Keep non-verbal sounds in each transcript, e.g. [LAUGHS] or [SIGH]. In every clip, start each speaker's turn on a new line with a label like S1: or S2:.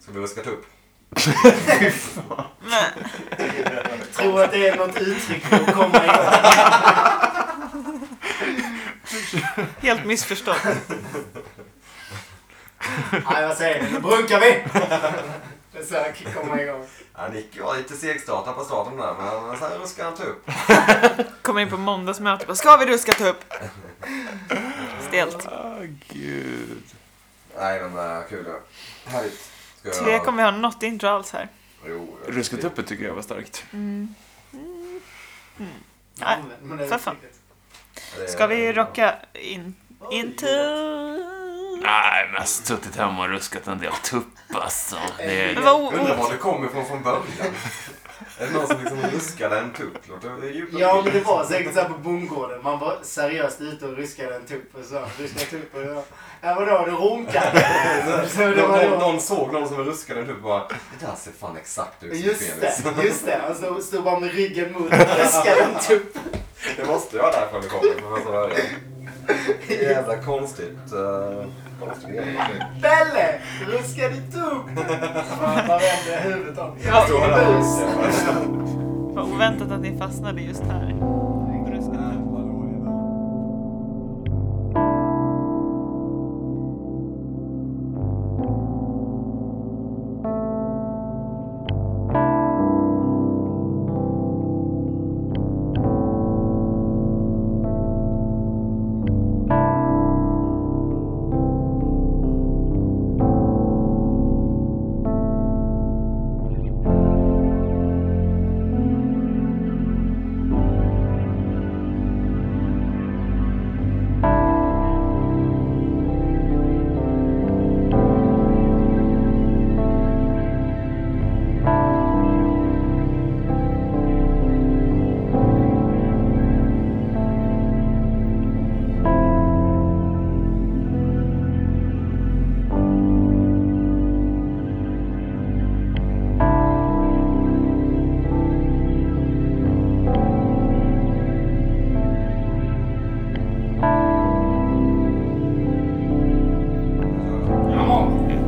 S1: Ska vi ruska tupp?
S2: Tror att det är något uttryck för att komma [LAUGHS] ihåg.
S3: Helt missförstått.
S2: Nej, vad säger ni? Nu brunkar vi! [LAUGHS] Försök komma igång.
S1: Ja, Nick var lite segstartad på starten där, men han- sen ruskade han tupp.
S3: Kom in på måndagsmöte bara, ska vi ruska tupp? Stelt.
S4: Ah, gud.
S1: Nej, men äh, kul ja. Härligt. Ska jag...
S3: Tre kommer vi ha något intro alls här.
S1: Jo, jag-
S4: Ruskatuppen tycker jag var starkt.
S3: Nej,
S2: Men det är
S3: för fan.
S2: riktigt.
S1: det är-
S3: Ska vi rocka in, into...
S4: Nej, men jag har Alltså, suttit hemma och ruskat en del tupp alltså. Det
S3: Men
S4: är...
S3: vad o-
S1: Undrar
S3: o-
S1: var det kommer ifrån från början. är det någon som liksom ruskade en tupp? Låter det djupt?
S2: Ja, men det var säkert såhär på bondgården. Man var seriöst ute och ruskade en tupp och så. Ruskade tupp och så. Ja, vadå? Du ronkade? Så det var
S1: någon, någon,
S2: då.
S1: någon såg någon som ruskade en tupp och bara Det där ser fan exakt ut som
S2: Just
S1: penis.
S2: det, just det. Han stod, stod bara med ryggen mot och ruskade en tupp.
S1: [LAUGHS] Det måste ju vara därifrån det kommer. för man sa [LAUGHS] det. Jävla konstigt. eh, konstigt grej.
S2: Pelle! Ruska din tupp! Man man vänder huvudet om.
S3: Ja.
S1: Står han där och ruskar.
S3: Vad oväntat att ni fastnade just här. Ruska tupp.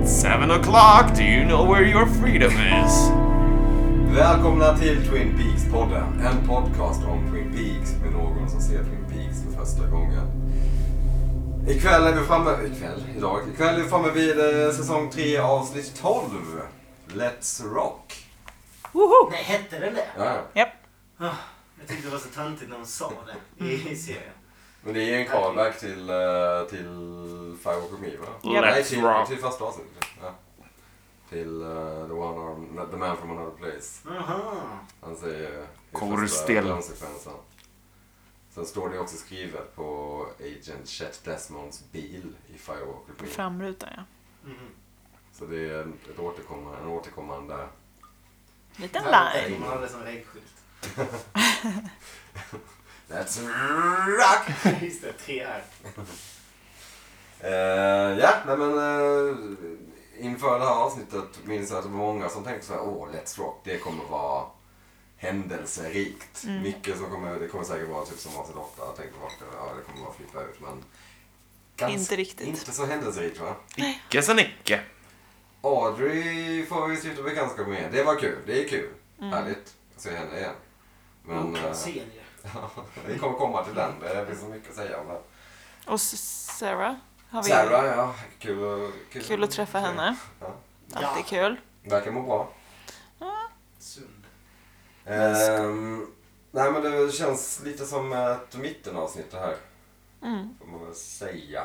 S4: Seven o'clock, do you know where your freedom is?
S1: Välkomna till Twin Peaks-podden. En podcast om Twin Peaks med någon som ser Twin Peaks för första gången. Ikväll är vi framme... Ikväll? Idag? Ikväll är vi framme vid eh, säsong 3 avsnitt 12. Let's Rock.
S3: Woho!
S2: Nej, hette den det?
S1: Ja, ja.
S3: Japp.
S2: Ah, Jag tyckte det var så töntigt när de sa det i i serien.
S1: men det är en callback till, eh, till Five Walk With Me va?
S4: Let's
S1: Nej, till,
S4: Rock.
S1: till första avsnittet. Ja. Till eh, the, one on, the Man From Another Place.
S2: Aha.
S1: Han säger eh, i
S4: Korvstel.
S1: första sekvensen. Sen står det också skrivet på Agent Chet Desmonds bil i Firewalker
S3: På
S1: With Me.
S3: framrutan ja.
S2: Mhm.
S1: Så det är en- ett återkommande, en återkommande... [LAUGHS]
S3: Liten line.
S2: Man hade som reggskylt.
S1: That's rock!
S2: [LAUGHS] Just det, tre R.
S1: Eh, ja, nej men eh, inför det här avsnittet minns jag att det var många som tänkte så här, åh, Let's Rock, det kommer vara händelserikt.
S3: Mm.
S1: Mycket som kommer, det kommer säkert vara typ som avsnitt 8, jag tänkte bara, ja det kommer bara flippa ut men... ganska-
S3: Inte riktigt.
S1: Inte så händelserikt va?
S4: Icke sa Nicke.
S1: Audrey får vi stifta bekantskap med. Det var kul, det är kul.
S3: Mm.
S1: Härligt att se henne igen. Men
S2: Oklar
S1: eh, [LAUGHS]
S2: serie.
S1: vi kommer komma till den, det finns så mycket att säga om den.
S3: Och S- Sarah har vi.
S1: Sarah, ja, kul, och-
S3: Kul att träffa henne.
S1: Ja.
S3: Alltid kul.
S1: Verkar må bra.
S2: Sund.
S1: Ehm, nej men det känns lite som ett mittenavsnitt det här.
S3: Mm.
S1: Får man väl säga.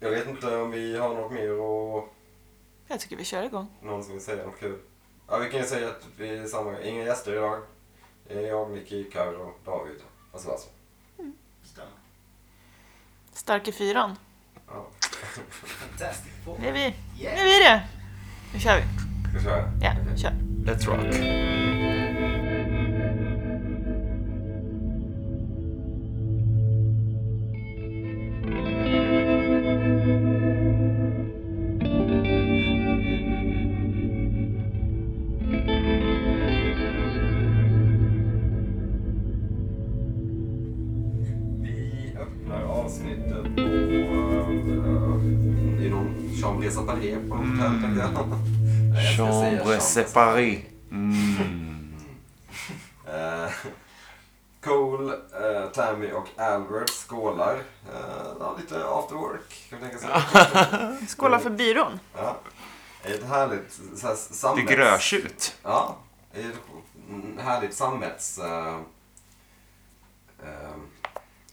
S1: Jag vet inte om vi har något mer och
S3: Jag tycker vi kör igång.
S1: någon som vill säga något kul. Ja vi kan ju säga att vi är samma, inga gäster idag. Det är jag, Nicky, Carro, David och alltså. Sebastian.
S2: Stämmer.
S3: Stark i fyran.
S1: Ja, [LAUGHS]
S2: Fantastic four.
S3: Det är vi. Nu
S2: Yeah.
S3: är vi det. Nu kör vi.
S1: ska vi köra?
S3: Ja,
S1: Okej.
S3: kör.
S4: Let's rock.
S1: Vi öppnar avsnittet på... eh, I någon Chambre séparé på något hotell tänker jag. [LAUGHS] Nej, jag ska säga
S4: Chambre séparée. Mm.
S1: Eh, [LAUGHS] Cole, eh, Tammy och Albert skålar. Eh, ja, lite after work kan man tänka sig.
S3: [LAUGHS] Skåla för byrån.
S1: ja. Ett härligt så här,
S4: Det
S1: sammets...
S4: grötjut.
S1: Ja, ett mm, härligt sammets... eh, eh,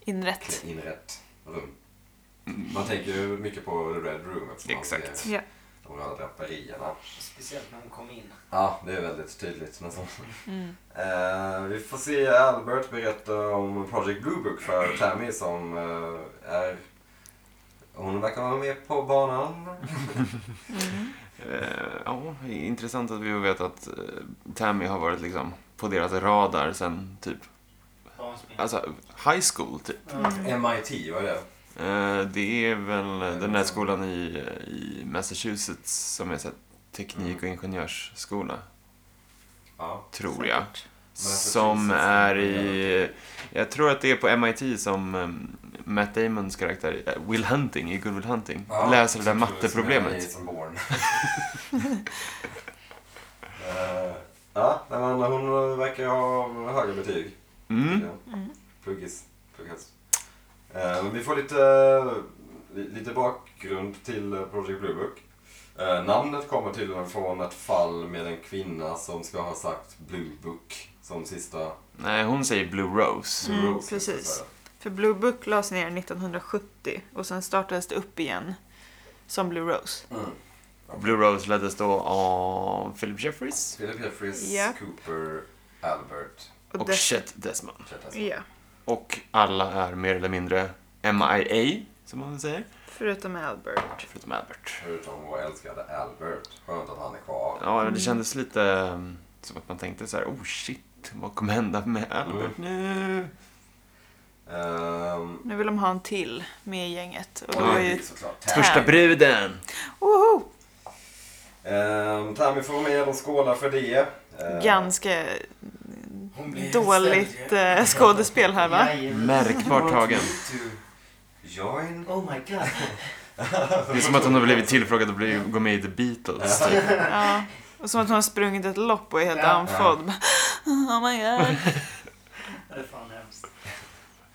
S3: Inrätt.
S1: inrett rum. Man tänker ju mycket på The Red Room eftersom
S4: Exakt.
S1: det är
S3: Ja.
S1: de röda draperierna.
S2: Speciellt när hon kom in.
S1: Ja, det är väldigt tydligt. Men så. Eh, vi får se Albert berätta om Project Blue Book för Tammy som eh, är... Hon verkar vara med på banan.
S4: Eh, Ja, det är intressant att vi vet att eh, Tammy har varit liksom på deras radar sen typ,
S2: Barnspel.
S4: alltså high school typ.
S1: Mm. MIT, vad är det?
S4: Eh, Det är väl den där skolan i, i Massachusetts som är så här teknik och ingenjörsskola,
S1: Ja.
S4: tror jag.
S1: Massachusetts.
S4: Som är i... Jag tror att det är på MIT som um, Matt Damons karaktär, eh, Will Hunting i Good Will Hunting,
S1: Ja,
S4: läser det där
S1: som- som är
S4: matteproblemet.
S1: Jason Bourne. [LAUGHS] Eh, Ja, nej, men hon verkar ha höga betyg.
S4: Mm.
S1: Ja. Pluggis. Plugghäst. Eh, Men vi får lite, eh, lite bakgrund till Project Blue Book. Eh, namnet kommer tydligen från ett fall med en kvinna som ska ha sagt Blue Book som sista
S4: Nej, hon säger Blue Rose.
S3: Mm,
S1: rose,
S3: precis.
S1: så att säga.
S3: För Blue Book lades ner 1970 och sen startades det upp igen som Blue Rose.
S4: Blue Rose leddes då av Philip Jeffries
S1: Philip Jeffries,
S3: Ja.
S1: Cooper, Albert.
S3: Och
S4: och
S3: dess-
S4: Chet Desmond.
S1: Chettas.
S3: Ja,
S4: Och alla är mer eller mindre MIA, som man säger.
S3: förutom Albert.
S4: Förutom Albert.
S1: Förutom vår älskade Albert. Skönt att han är kvar.
S4: Ja,
S3: Mm.
S4: men det kändes lite um, som att man tänkte så här, oh shit, vad kommer hända med Albert
S3: Mm.
S4: nu?
S1: Ehm,
S3: Nu vill de ha en till med i gänget. Och
S1: och
S3: då är
S1: det är
S3: ju...
S1: såklart
S4: Första bruden!
S3: Woho!
S1: Ehm, Tammy får vara med och skåla för det. Ehm,
S3: Ganska
S2: Hon blir
S3: dåligt
S2: utställd,
S3: eh, skådespel här va?
S2: Jajamän.
S4: Märkbart tagen.
S1: To join.
S2: Oh my god.
S4: Det är som att hon har blivit tillfrågad att bli, gå med i The Beatles. typ.
S3: Ja. Och som att hon har sprungit ett lopp och är helt
S2: Ja.
S3: andfådd. [LAUGHS] Oh my god.
S2: Det är fan hemskt.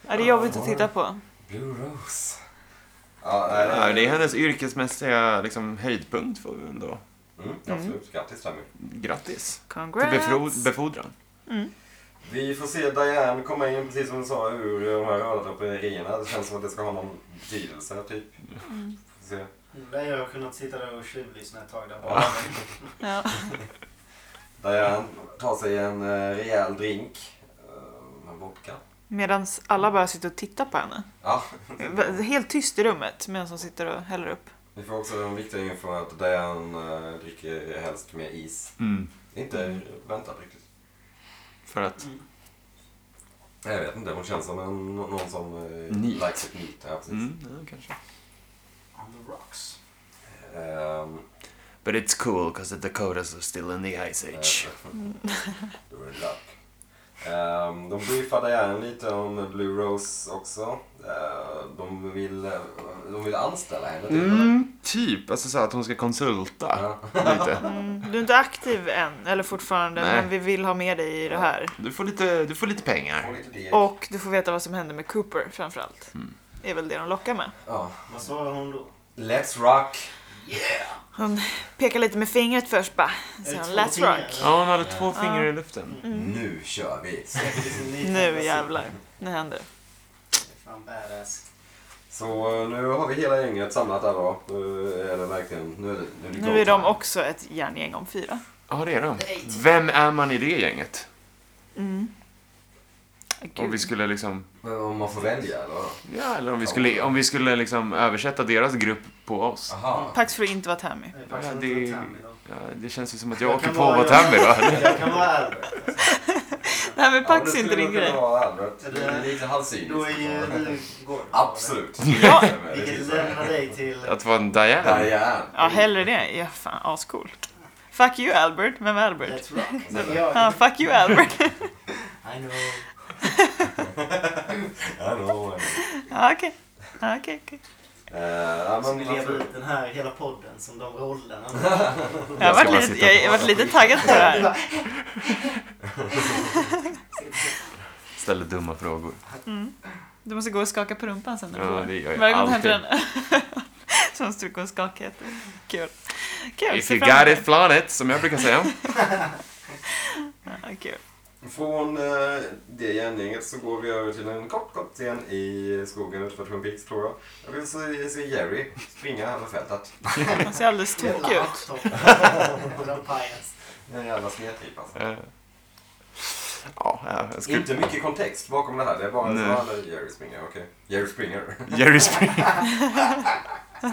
S3: Ja, det är jobbigt att titta på.
S1: Blue Rose. Ja, eh, nej,
S4: Ja, det är hennes yrkesmässiga liksom, höjdpunkt får vi ändå.
S1: Mm, absolut, grattis Tammy.
S4: Grattis! Till befro-
S3: Congrats!
S4: befordran.
S1: Vi får se Diane komma in, precis som du sa, ur de här röda draperierna. Det känns som att det ska ha någon betydelse, typ. Får se.
S2: Där jag har kunnat sitta där och tjuvlyssna ett tag där
S1: Ja.
S2: bara.
S3: Ja.
S1: Diane tar sig en eh, rejäl drink. Ehm, En vodka.
S3: Medan alla bara sitter och tittar på henne.
S1: Ja,
S3: V- [LAUGHS] Helt tyst i rummet medan hon sitter och häller upp.
S1: vi får också den viktiga info att Diane eh, dricker helst med is.
S4: Mm.
S1: Inte väntat riktigt.
S4: För att
S2: Mm.
S1: Jag vet inte, hon känns som en, någon som eh,
S4: Neat.
S1: likes it neat. Ja, precis.
S4: Mm, ja, kanske.
S2: On the rocks.
S1: Ehm,
S4: But it's cool because the Dakotas are still in the ice age.
S1: [LAUGHS] Det var luck. Ehm, de briefade gärna lite om Blue Rose också. Ehm, de, vill, eh, de vill anställa henne. typ, eller?
S4: Mm, typ. Alltså så att hon ska konsulta
S1: Ja.
S4: lite.
S3: Mm, Du är inte aktiv än, eller fortfarande,
S4: Nej.
S3: men vi vill ha med dig i det här.
S4: Du får lite, du får lite
S1: Får
S4: pengar.
S1: lite deg.
S3: Och du får veta vad som hände med Cooper framförallt. Det är väl det de lockar med.
S1: Ja.
S2: Vad svarar hon då?
S1: Let's rock.
S3: Hon pekar lite med fingret först bara.
S2: Är
S3: Sen
S2: det två
S3: Let's
S2: fingrar,
S3: rock.
S2: eller?
S4: Ja, hon hade två fingrar i luften.
S3: Mm.
S1: Nu kör vi.
S3: Nu jävlar. Nu händer det.
S2: Fan badass.
S1: Så eh, nu har vi hela gänget samlat där då. Nu är det verkligen... Nu är det, nu är det
S3: Nu
S1: go
S3: är de
S1: time.
S3: också ett järngäng om fyra.
S4: Ja, det är de. Vem är man i det gänget? Om vi
S3: Gud.
S4: skulle liksom...
S1: Men om man får välja eller? vadå?
S4: Ja, eller om vi skulle, om vi skulle liksom översätta deras grupp på oss.
S1: Aha.
S3: Pax får inte vara Tammy.
S2: Det är
S4: Ja,
S2: faktiskt
S4: det-
S2: inte Tammy då.
S4: Ja, det känns ju som att jag
S2: Jag
S4: åker
S2: kan
S4: på
S2: vara-
S4: vad
S2: [LAUGHS]
S4: Tammy då.
S2: Jag kan vara Albert.
S3: Nej men
S1: men
S3: Pax
S1: det
S3: är inte
S1: skulle
S3: din
S1: nog kunna
S3: grej.
S1: vara Albert. Det är
S2: Det-
S1: lite halvcyniskt.
S2: Då är ju du Gordon.
S1: Absolut.
S3: Ja.
S2: Vilket lämnar dig till...
S4: Att vara en Diane.
S1: Diane.
S3: Ja hellre det. Ja fan ascool. Fuck you Albert. Vem är Albert?
S2: Let's rock.
S1: Så-
S2: Jag,
S3: Ja, fuck you Albert.
S2: I know.
S1: Ja, då var det.
S3: Ja, Okej. Ja, Okej, okej.
S1: Eh, ja,
S2: Som vi
S1: men,
S2: lever ut den här hela podden som
S1: [LAUGHS]
S2: de rollerna. Ja,
S3: Jag har
S4: ska bara
S3: varit
S4: sitta
S3: lite, jag, jag har varit lite taggad på det
S2: det
S3: här.
S2: var-
S4: Ställer dumma frågor.
S3: Du måste gå och skaka på rumpan sen när du
S4: Ja,
S3: går.
S4: det gör jag
S3: Varje gång du
S4: alltid.
S3: hämtar den. [LAUGHS] Så måste du gå och skaka. jätte- Kul. Kul.
S4: If
S3: se
S4: you
S3: fram emot
S4: got
S3: det.
S4: it, flaunt it, som jag
S3: [LAUGHS]
S4: brukar säga.
S3: Ja, kul.
S1: Från eh, det gänget så går vi över till en kort, kort scen i skogen utanför Twin Peaks tror jag. Jag vill se, se Jerry springa över fältet.
S3: Han ser alldeles tokig
S2: Jävla [LAUGHS]
S3: ut.
S2: hacktopp. Jävla pajas.
S1: En jävla snedtripa alltså.
S4: Eh, Ja, ja, jag skulle...
S1: Inte mycket kontext bakom det här. Det är bara
S4: Nej.
S1: så här, eller Jerry Springer, okej. Jerry Springer.
S4: Jerry, Spring...
S1: Ja,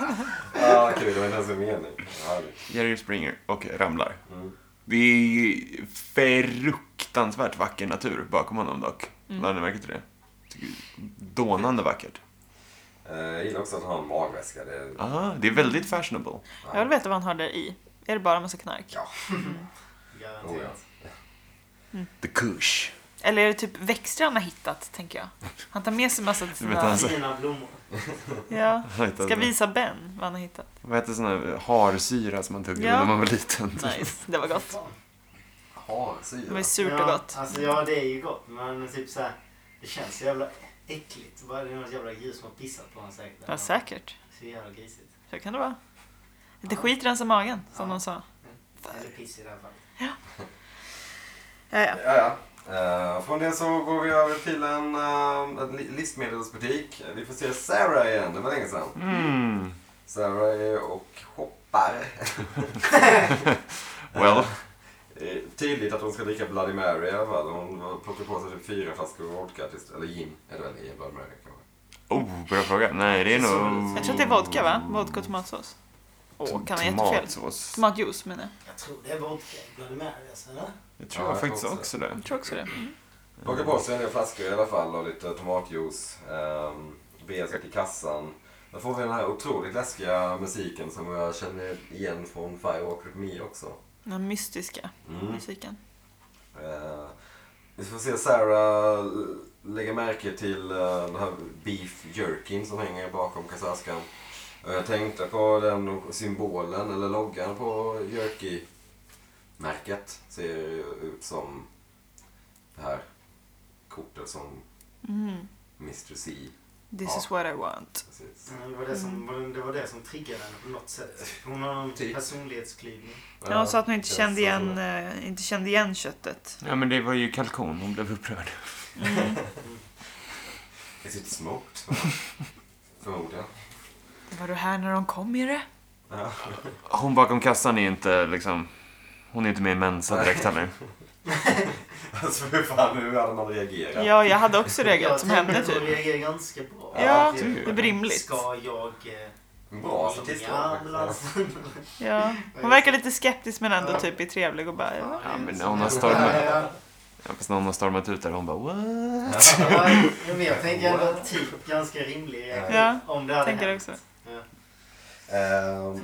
S1: ah, kul. Det var inte ens en mening. Härligt.
S4: Jerry Springer och ramlar.
S1: Mm.
S4: Det är fruktansvärt vacker natur bakom honom dock.
S3: Mm.
S4: Har ni märkt det? Tycker- Dånande vackert.
S1: Eh, Jag gillar också att han har en magväska. Det är,
S4: Ah, det är väldigt fashionable.
S3: Jag vill veta vad han har där i. Är det bara massa knark?
S1: Ja. Oh, ja.
S2: Garanterat.
S4: The kush.
S3: Eller är det typ växter han har hittat, tänker jag? Han tar med sig massa till
S4: Du vet,
S3: sina...
S1: Alltså.
S4: han-
S2: Fina blommor.
S4: [LAUGHS]
S3: Ja.
S4: Han hittade-
S3: Ska visa Ben vad han har hittat.
S4: Vad hette sån här harsyra som man tuggade
S3: Ja.
S4: när man var liten?
S3: Nice, det var gott.
S1: Ja,
S3: Det var ju
S1: syra.
S3: surt och gott.
S2: Alltså ja, det är ju gott. Men typ så här, det känns så jävla äckligt. Bara det är något jävla djur som har pissat på honom säkert.
S3: Ja, säkert.
S2: Så jävla grisigt.
S3: Så kan det vara. Lite skit rensar magen, som
S2: Ja.
S3: de sa.
S2: Eller piss i det här fallet.
S3: Ja, ja.
S1: Ja, ja. Eh, från det så går vi över till en, eh, en li- livsmedelsbutik. Vi får se Sarah igen. Det var länge sedan.
S4: Mm.
S1: Sarah är och [LAUGHS] shoppar.
S4: Well,
S1: Eh, Tydligt att hon ska dricka Bloody Mary i alla fall. Hon plockar på sig typ fyra flaskor vodka. tills- Eller gin. Är det väl i en Bloody Mary kanske?
S4: oh, bra fråga. Nej, det är nog...
S3: Jag tror att det är vodka, va? Vodka och tomatsås. Åh, kan ha jättefel.
S4: Tomatsås.
S3: Tomatjuice, menar jag.
S2: Jag tror det är vodka Bloody Mary alltså, eller?
S4: Jag tror
S1: Ja, jag
S4: faktiskt
S1: tror
S4: också,
S1: också
S4: det.
S3: Jag tror också det. Mm.
S1: Plockar på sig en del flaskor i alla fall och lite tomatjuice. Um, Bea ska till kassan. Då får vi den här otroligt läskiga musiken som jag känner igen från Firewalk with Me också.
S3: Den här mystiska
S1: Mm.
S3: musiken.
S1: Eh, vi får se Sarah l- lägga märke till eh, den här beef jerkin som hänger bakom kassörskan. Och jag tänkte på den symbolen, eller loggan på jerky-märket. Ser ju ut som det här kortet som
S3: Mm.
S1: Mr C.
S3: This
S1: Ja.
S3: is what I want.
S1: Precis.
S2: Ja, Det var det,
S3: Mm.
S2: som, det var det som triggade henne på något sätt. Hon har någon
S1: Typ.
S2: personlighetsklyvning.
S3: Ja, hon sa att hon inte
S1: känns
S3: kände
S1: som-
S3: igen, eh, inte kände igen köttet.
S4: Ja, men det var ju kalkon. Hon blev upprörd.
S1: Is it smoked? [LAUGHS] Förmodligen.
S3: [LAUGHS] Var du här när de kom i det?
S1: Ja. [LAUGHS]
S4: Hon bakom kassan är inte liksom... Hon är inte med i Mensa direkt heller.
S1: Alltså hur fan, hur hade man reagerat?
S3: Ja, jag hade också reagerat
S2: Jag
S3: som hände
S2: tänkte att hon
S3: typ.
S2: reagerar ganska bra.
S3: Ja, typ.
S4: det är ju-
S3: det är rimligt.
S2: Ska jag... eh,
S1: Bra
S2: ringa
S1: statistik.
S2: [LAUGHS] ambulansen?
S3: Ja. Hon verkar lite skeptisk men ändå typ är trevlig och bara... Ja.
S4: Ja, men hon har
S2: Ja,
S4: stormat...
S2: ja.
S4: Ja, fast när hon har stormat ut där, hon bara what? Alltså,
S2: Ja, men jag tänker ändå typ ganska rimlig reaktion.
S3: Ja,
S2: om det hade
S3: tänker
S2: hänt.
S3: också.
S2: Ja.
S1: Ehm,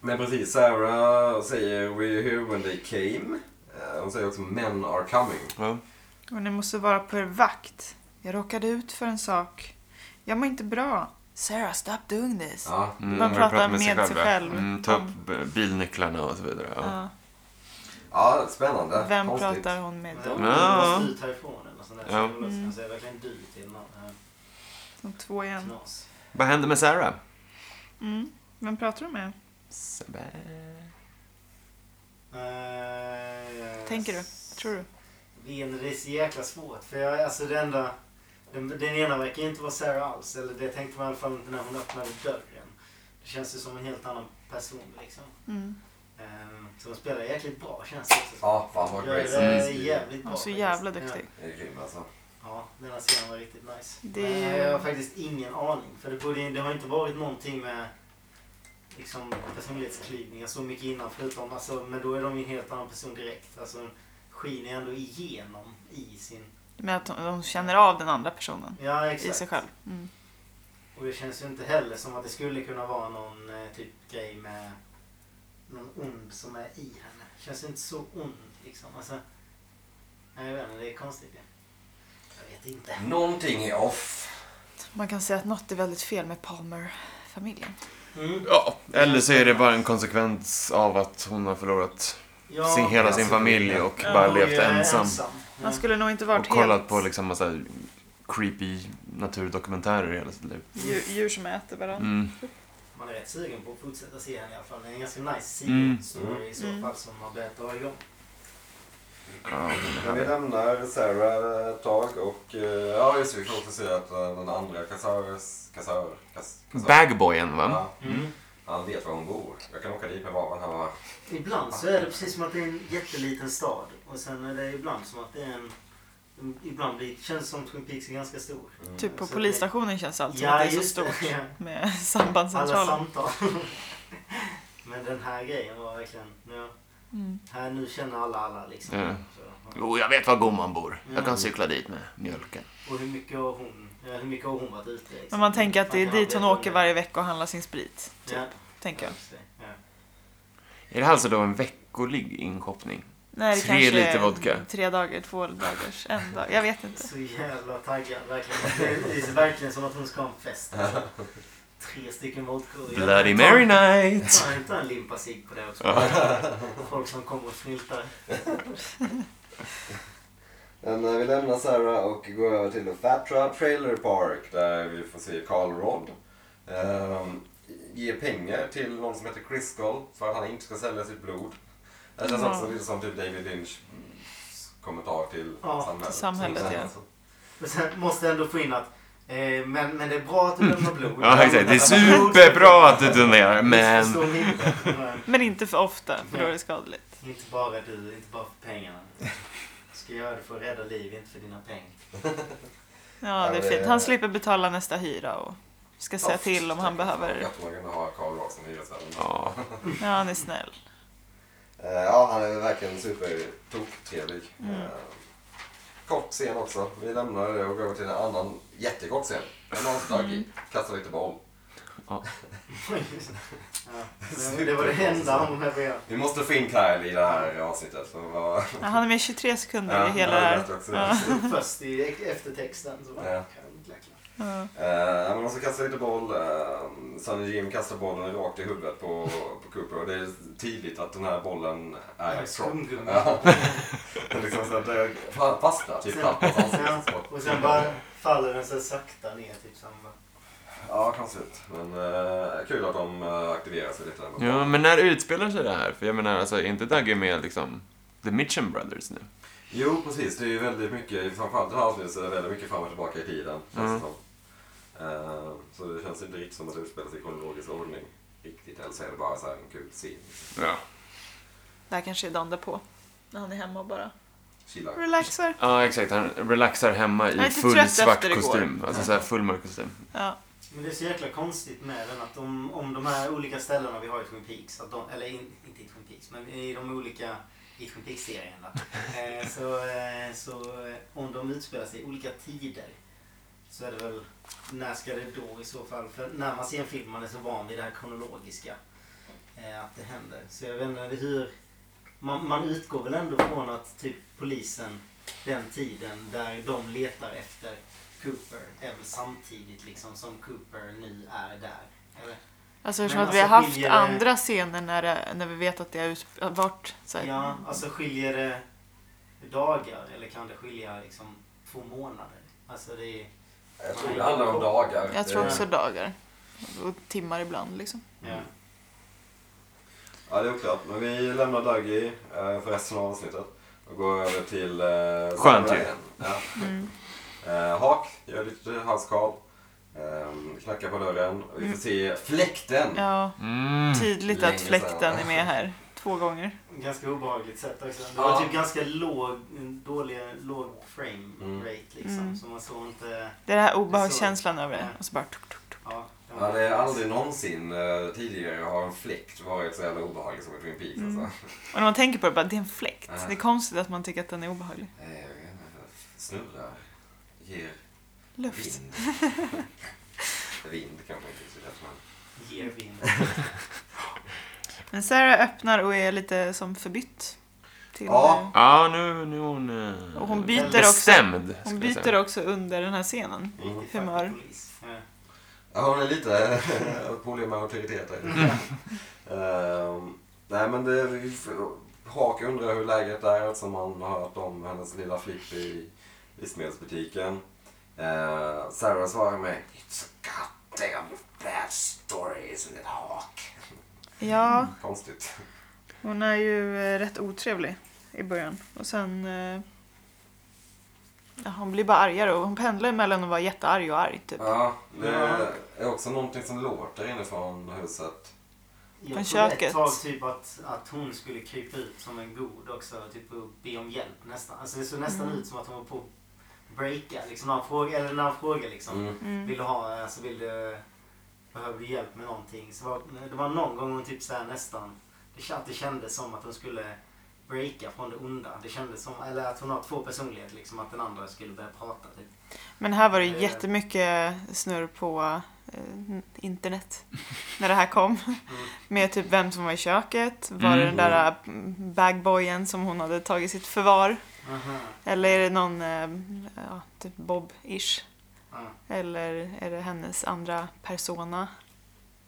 S1: Men precis, Sarah säger We're here when they came. Eh, Hon säger också Men are coming.
S4: Ja.
S3: Och ni måste vara på er vakt. Jag råkade ut för en sak. Jag mår inte bra. Sarah, stop doing this.
S1: Ja.
S4: Mm,
S3: Man
S4: hon
S3: pratar
S4: pratar
S3: med sig
S4: ja.
S3: själv.
S4: Mm, ta upp b- bilnycklarna och så vidare. Ja.
S3: Ja.
S1: ja, spännande.
S3: Vem
S1: Konstigt.
S3: pratar hon med
S2: Hon
S3: då?
S4: Ja.
S2: måste ut härifrån eller något sånt där.
S4: Ja.
S2: Så
S3: Mm.
S2: hon måste säga verkligen du till någon. eh,
S3: De två igen.
S2: Knas.
S4: Vad händer med Sarah?
S3: Mm. Vem pratar hon med?
S2: Eh,
S3: Tänker du? Tror du?
S2: Ren, det är så jäkla svårt. För jag, alltså det enda, den, den ena verkar inte vara Sarah alls. Eller det tänkte man i alla fall inte när hon öppnade dörren. Det känns ju som en helt annan person liksom.
S3: Mm.
S2: Eh, så hon spelar jäkligt bra känns det också som.
S1: Ja, fan vad
S2: Gör
S1: Grace
S2: det
S1: Anatomy
S2: jävligt bra.
S3: Hon är så
S2: faktiskt.
S3: jävla
S2: Ja.
S3: duktig.
S1: är grym alltså.
S2: Ja, den här scenen var riktigt nice.
S3: Det-
S2: Men jag har faktiskt ingen aning. För det, borde, det har inte varit någonting med liksom, personlighetsklyvningar så mycket innan. Förutom, alltså, men då är de ju en helt annan person direkt. Alltså, skiner ju ändå igenom i sin...
S3: Med att de, de känner av den andra personen
S2: Ja,
S3: i
S2: exakt.
S3: sig själv. Mm.
S2: Och det känns ju inte heller som att det skulle kunna vara någon eh, typ grej med någon ond som är i henne. Känns ju inte så ond liksom. Alltså, nej, jag vet inte, det är konstigt ju. Jag vet inte.
S1: Någonting är off.
S3: faktiskt. Man kan säga att något är väldigt fel med Palmer-familjen.
S2: Mm.
S4: Ja, eller så är det bara en konsekvens av att hon har förlorat
S2: Ja,
S4: sin, hela
S1: alltså,
S4: sin familj och
S2: ja,
S4: bara
S2: hon
S4: levt
S2: är Mm.
S4: ensam.
S2: Ja.
S3: Man skulle nog inte
S4: Och
S3: varit
S4: kollat
S3: helt...
S4: på liksom massa creepy naturdokumentärer hela sitt liv.
S3: djur, djur som äter varandra.
S4: Mm.
S2: Man är rätt sugen på att fortsätta se henne i alla fall. Det är en ganska nice
S4: Mm.
S2: side-story i så
S3: Mm.
S2: fall som man börjat dra igång.
S4: Ja,
S1: Men vi lämnar Sarah ett tag och... eh, Ja, just det. Vi får också se att eh, den andra kassörs... Kassör... Kass, kassör
S4: Bagboyen va?
S1: ja,
S4: Mm.
S1: han vet var hon bor. Jag kan åka dit med varan. Han bara...
S2: Ibland så är det precis som att det är en jätteliten stad. Och sen är det ibland som att det är en... Ibland blir, känns det som Twin Peaks är ganska stor.
S1: Mm.
S3: Typ på
S2: Så det-
S3: polisstationen känns allt som
S2: Ja,
S3: att Alltså, det är så
S2: just det,
S3: stort
S2: ja.
S3: med [LAUGHS]
S2: Alla
S3: sambandscentralen.
S2: samtal. [LAUGHS] Men den här grejen var verkligen... Ja,
S3: Mm.
S2: här nu känner alla alla liksom.
S4: Ja.
S2: Så, ja.
S4: Jo, jag vet var gumman bor.
S2: Jag kan
S4: cykla dit med mjölken.
S2: Och hur mycket har hon, ja, hur mycket har hon varit ute? Liksom?
S3: Men man tänker att det är
S2: Man kan
S3: dit hon
S2: arbeta
S3: åker
S2: med-
S3: varje vecka och handlar sin sprit. Typ,
S2: Ja,
S3: tänker
S2: ja,
S3: jag.
S2: just det, ja.
S4: Är det här alltså då en veckolig inkoppning?
S3: Nej, det
S4: Tre
S3: kanske
S4: liter
S3: är
S4: vodka.
S3: tre dagar, två dagars, en dag. Jag vet inte.
S2: Så jävla taggad verkligen. Det är verkligen som att hon ska ha en fest. Alltså. Tre stycken vodkor. Jag
S4: Bloody
S2: tar-
S4: Mary night! [LAUGHS]
S2: tar- Jag tar en limpa cigg på det också. Folk som kommer och snyltar.
S1: Men eh, vi lämnar Sarah och går över till Fatra Trailer Park där vi får se Carl Rod eh, ge pengar till någon som heter Criscoll för att han inte ska sälja sitt blod. Det känns
S3: Ja.
S1: också lite som typ David Lynch mm, kommentar till
S2: Ja,
S1: samhället. Alltså,
S3: till samhället, ja.
S2: Men sen måste jag ändå få in att eh, men, men det är bra att du lämnar blod.
S4: Mm.
S2: Alltså,
S4: Ja, exakt. Det är superbra att du donerar, men...
S2: Missförstå mig inte. Men
S3: Men inte för ofta, för då är det skadligt.
S2: Inte bara du, inte bara för pengarna. Du ska göra det för att rädda liv, inte för dina pengar.
S3: Ja, det är fint. Han slipper betala nästa hyra och ska säga till om han behöver.
S1: Jag tror man kan ha Carl Rod som hyresvärd.
S4: Ja,
S3: Ja, han är snäll.
S1: Eh, Ja, han är verkligen supertoktrevlig.
S3: Mm.
S1: Eh, Kort scen också. Vi lämnar det och går över till en annan jättekort scen. En monsterdag
S3: Mm.
S1: kastar lite boll.
S2: Ja, men det var det enda hon behövde göra.
S1: Vi måste få in Kyle i det här avsnittet. För vad...
S3: Ja, han är med 23 sekunder
S1: Ja,
S3: i hela
S1: ja,
S3: det här.
S1: det lät också.
S3: Ja.
S2: Först i eftertexten så var
S1: Ja.
S2: det... Jäklar.
S3: Ja.
S1: Eh, men de kastar lite boll. Eh, Sonny Jim kastar bollen rakt i huvudet på, på Cooper. Och det är tydligt att den här bollen är
S2: Ja,
S1: strong.
S2: skumgummi.
S1: [LAUGHS] Ja. Det är liksom så att det fa- fastnar typ knappt på hans ansikte.
S2: Och sen bara faller den så sakta ner typ samma.
S1: Ja, konstigt. Men eh, kul att de eh, aktiverar sig lite. ändå.
S4: ja men när utspelar sig det här? För jag menar, alltså, är inte Dougie med liksom The Mitchum Brothers nu?
S1: Jo, precis. Det är ju väldigt mycket, framförallt det här avsnittet så är det väldigt mycket fram och tillbaka i tiden. Känns
S4: Mm.
S1: det som. Eh, så det känns inte riktigt som att det utspelar sig i kronologisk ordning. Riktigt, eller så är det bara så här en kul scen.
S4: Ja.
S3: Det här kanske är dagen därpå. När han är hemma och bara
S1: Chilla.
S3: relaxar.
S4: Ja, exakt. Han relaxar hemma
S3: Jag är
S4: i
S3: lite
S4: full
S3: trött
S4: svart
S3: efter igår.
S4: kostym. Alltså så här full mörk kostym.
S3: Ja.
S2: Men det är så jäkla konstigt med den att de, om de här olika ställena vi har i Twin Peaks, att de, eller in, inte i Twin Peaks, men i de olika i Twin Peaks-serien då, eh, så, eh, så eh, om de utspelar sig i olika tider så är det väl, när ska det då i så fall, för när man ser en film man är så van vid det här kronologiska, eh, att det händer. Så jag vet inte hur, man, man utgår väl ändå från att typ polisen den tiden där de letar efter Cooper är väl samtidigt liksom som Cooper nu är där. Eller?
S3: Alltså eftersom
S2: Men
S3: att vi har
S2: alltså,
S3: haft
S2: skiljer det-
S3: andra scener när, det, när vi vet att det har ut- har varit så här,
S2: Ja, alltså skiljer det dagar eller kan det skilja liksom två månader? Alltså det är...
S1: Jag tror det handlar om dagar.
S3: Jag tror
S1: Det-
S3: också dagar. Och timmar ibland liksom.
S2: Ja.
S1: Ja, det är oklart. Men vi lämnar Dougie eh, för resten av avsnittet och går över till... Eh,
S4: Skönt ju.
S1: Ryan. Ja.
S3: Mm.
S1: Eh, Hawk gör lite halskal. Eh, knackar på dörren. Vi
S3: Mm.
S1: får se fläkten.
S3: Ja,
S4: Mm.
S3: tydligt
S1: Länge
S3: att fläkten
S1: sedan.
S3: är med här. Två gånger.
S2: Ganska obehagligt sätt också. Det
S1: Ja.
S2: var typ ganska låg, dålig, låg frame
S1: Mm.
S2: rate liksom.
S3: Mm.
S2: Så man såg inte...
S3: Det är den här obehagskänslan över det.
S2: Ja.
S3: Och så bara tuk, tuk, tuk.
S2: Ja, den
S1: Ja,
S2: var-
S1: det är aldrig någonsin eh, tidigare har en fläkt varit så jävla obehaglig som i Twin Peaks.
S3: Mm.
S1: Alltså.
S3: Och när man tänker på det, bara, det är en fläkt.
S1: Ja.
S3: Det är konstigt att man tycker att den är obehaglig.
S1: Eh, jag vet inte. Snurrar. Ger
S3: Luft.
S1: vind. vind kanske inte är så lätt men...
S2: Ger
S3: [LAUGHS]
S2: vind.
S3: Men Sarah öppnar och är lite som förbytt. till... eh,
S1: Ja.
S4: Ja, nu, nu är hon... eh,
S3: Och hon byter också.
S4: bestämd,
S3: eh,
S4: skulle
S3: Hon
S4: jag
S3: byter
S4: säga.
S3: också under den här scenen.
S2: Riktigt
S3: Humör.
S2: faktiskt polis. Ja.
S1: Ja, hon är lite [LAUGHS] problem med auktoriteter. Ehm, nej, men det... vi får- Hake undrar hur läget är eftersom han har hört om hennes lilla flipp i livsmedelsbutiken. Uh, Sarah svarar med It's a goddamn bad story, isn't it Hawk?
S3: Ja,
S1: Mm. Konstigt.
S3: hon är ju eh, rätt otrevlig i början. Och sen... eh, Ja, hon blir bara argare och hon pendlar mellan att vara jättearg och arg typ.
S1: Ja, Ehm, det
S2: Ja.
S1: är också någonting som låter inifrån huset.
S3: Från
S2: Jag trodde
S3: köket.
S2: ett tag typ att, att hon skulle krypa ut som en god också. Typ och be om hjälp nästan. Alltså det såg nästan
S3: Mm.
S2: ut som att hon var på att breaka. Liksom när han frågar, eller när han frågar liksom.
S1: Mm.
S3: Mm.
S2: Vill du ha, alltså vill du, behöver du hjälp med någonting? Så var, det var någon gång hon typ såhär nästan, det, kän- det kändes som att hon skulle breaka från det onda. Det kändes som, eller att hon har två personligheter liksom, att den andra skulle börja prata typ.
S3: Men här var det
S2: Eh.
S3: jättemycket snurr på eh, internet när det här kom. Med typ vem som var i köket. Var det den
S4: Mm.
S3: där mm, bagboyen som hon hade tagit sitt förvar?
S2: Aha.
S3: Eller är det någon, eh, ja, typ Bob-ish?
S2: Ja.
S3: Eller är det hennes andra persona?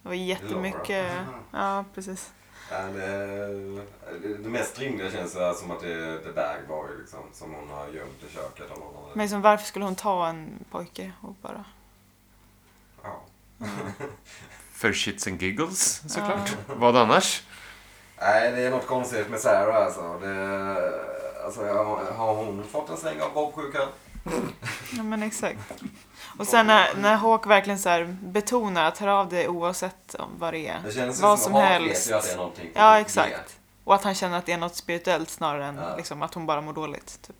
S3: Det var jättemycket...
S2: Laura.
S3: Ja, precis.
S1: Ja, det- Det mest rimliga känns det som att det är The Bag Boy liksom, som hon har gömt i köket. Eller något annat.
S3: Men liksom, varför skulle hon ta en pojke och bara...
S1: ja.
S4: För shits and giggles, såklart. Vad annars?
S1: Nej, det är något konstigt med Sarah alltså. Det, alltså har- har hon fått en släng av bobsjukan?
S3: Ja, men exakt. Och sen när, när Hawk verkligen så här betonar att hör av dig oavsett om vad det
S1: Det
S3: är.
S1: känns ju som
S3: Vad som
S1: att hon vet
S3: helst.
S1: ju att det är någonting. på
S3: Ja,
S1: G.
S3: exakt. Och att han känner att det är något spirituellt snarare än
S1: Ja.
S3: liksom, att hon bara mår dåligt. Typ.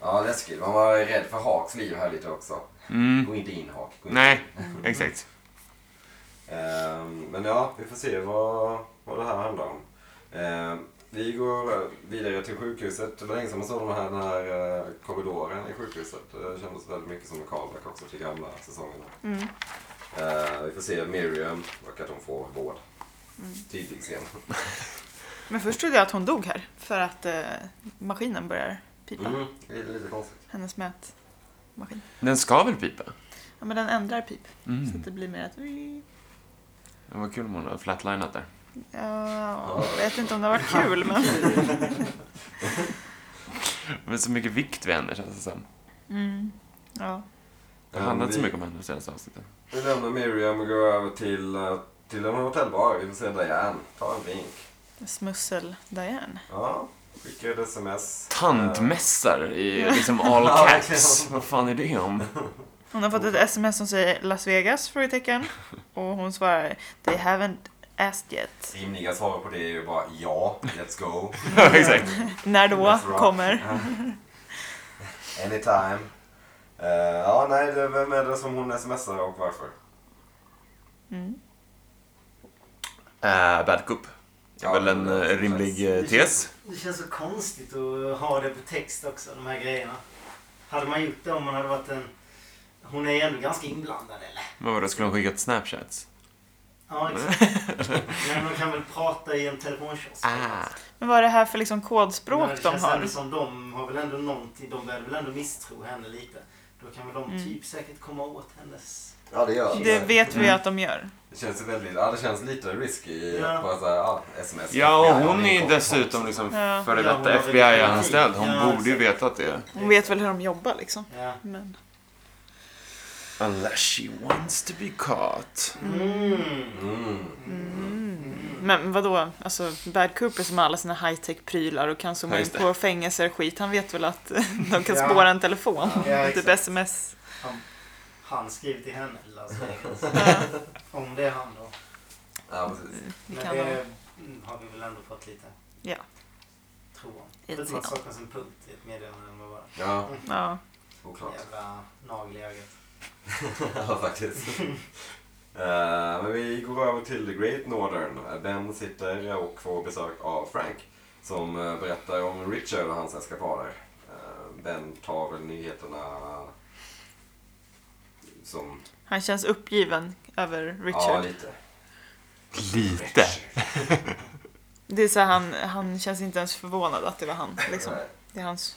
S1: Ja, läskigt. Man var rädd för Haks liv här lite också.
S4: Mm.
S1: Gå inte in Hak. Gå inte
S4: Nej,
S1: in.
S4: exakt.
S1: Ehm, men ja, vi får se vad, vad det här handlar om. Ehm, vi går vidare till sjukhuset. Det var länge sedan man såg den här, den här eh, korridoren i sjukhuset. Det kändes väldigt mycket som en callback också till gamla säsongerna.
S3: Mm.
S1: Eh, vi får se Miriam och att hon får vård. Tydlig scen.
S3: Men först trodde jag att hon dog här för att eh, maskinen börjar pipa.
S1: Mm, det är lite konstigt.
S3: Hennes mätmaskin.
S4: Den ska väl pipa?
S3: Ja, men den ändrar pip.
S4: Mm.
S3: Så att det blir mer att...
S4: Det var kul om hon hade flatlinat där.
S3: Ja, jag vet inte om det har varit kul, men...
S4: Det var så mycket vikt vid henne, känns det som.
S3: Mm. Ja.
S4: Det har handlat så
S1: Ehm, Vi-
S4: mycket om henne de senaste avsnitten.
S1: Vi lämnar Miriam och går över till, eh, till en hotellbar. Vi får se Diane. Ta en drink.
S3: Smussel-Diane.
S1: Ja, skickar ett sms.
S4: Tandmässar i liksom all
S1: Ja,
S4: caps. [LAUGHS] Vad fan är det om?
S3: Hon har fått ett sms som säger Las Vegas? Frågetecken. Och hon svarar They haven't asked yet.
S1: Eh, Rimliga svar på det är ju bara ja, let's go.
S4: Ja, exakt.
S3: När då
S1: Let's rock.
S3: kommer?
S1: Anytime. Eh, ja, nej, det, vem är det som hon smsar och varför?
S3: Mm.
S4: Uh, bad cup. Det är
S1: Ja,
S4: väl en
S1: det
S4: eh,
S1: känns-
S4: rimlig
S2: det
S4: eh,
S2: känns-
S4: tes.
S2: Det känns så konstigt att ha det på text också, de här grejerna. Hade man gjort det om man hade varit en... Hon är ju ändå ganska inblandad eller?
S4: Men vadå, skulle hon skickat [LAUGHS] snapchats?
S2: Ja,
S3: [LAUGHS]
S2: exakt. Men de kan väl prata i en telefonkiosk.
S4: Ah.
S3: Men vad är det här för liksom
S2: Men
S3: kodspråk
S2: det
S3: Äh, de
S2: känns
S3: har?
S2: ändå som de har väl ändå någonting, de började väl ändå misstro henne lite. Då kan väl de
S3: Mm.
S2: typ säkert komma åt hennes...
S1: Ja, det gör
S3: Det vet vi ju att de gör.
S1: Det känns ju väldigt, ja det känns lite risky
S2: Ja.
S1: att bara såhär, ja, sms.
S4: Ja, och hon är ju
S1: inkopplat.
S4: dessutom liksom
S3: Ja.
S4: före
S2: Ja, hon
S4: detta
S2: har väl
S4: FBI-anställd.
S2: Ja,
S4: Hon borde ju
S2: exakt.
S4: veta att det är...
S3: Hon vet väl hur de jobbar liksom.
S2: Ja.
S3: Men
S4: Unless she wants to be caught.
S2: Mm.
S1: Mm.
S3: Men vadå, alltså Bad Cooper som har alla sina high-tech-prylar och kan zooma
S4: Ja,
S3: in
S4: just det.
S3: på fängelser och skit, han vet väl att [LAUGHS] de kan
S2: Ja.
S3: spåra en telefon.
S2: Ja,
S3: typ
S2: exakt.
S3: sms.
S2: Han skrev till henne, Las Vegas.
S3: [LAUGHS] Ja,
S2: Om det är han då.
S1: Ja, precis.
S3: det
S2: Men
S3: kan vara.
S2: det mm, har vi väl ändå fått lite.
S3: Ja.
S2: Tror jag.
S3: Lite
S2: Förutom att det
S3: grann.
S2: saknas en punkt i ett meddelande. men bara-
S1: Ja,
S3: Ja.
S1: oklart.
S2: Jävla nagel i ögat.
S1: ja, faktiskt. Eh, men vi går över till The Great Northern. Eh, Ben sitter och får besök av Frank som eh, berättar om Richard och hans eskapader. Eh, ben tar väl nyheterna som...
S3: Han känns uppgiven över
S1: Ja,
S3: Richard.
S1: lite.
S4: Lite.
S3: Det är så här, han, han känns inte ens förvånad att det var han. Liksom.
S1: Nej.
S3: Det är hans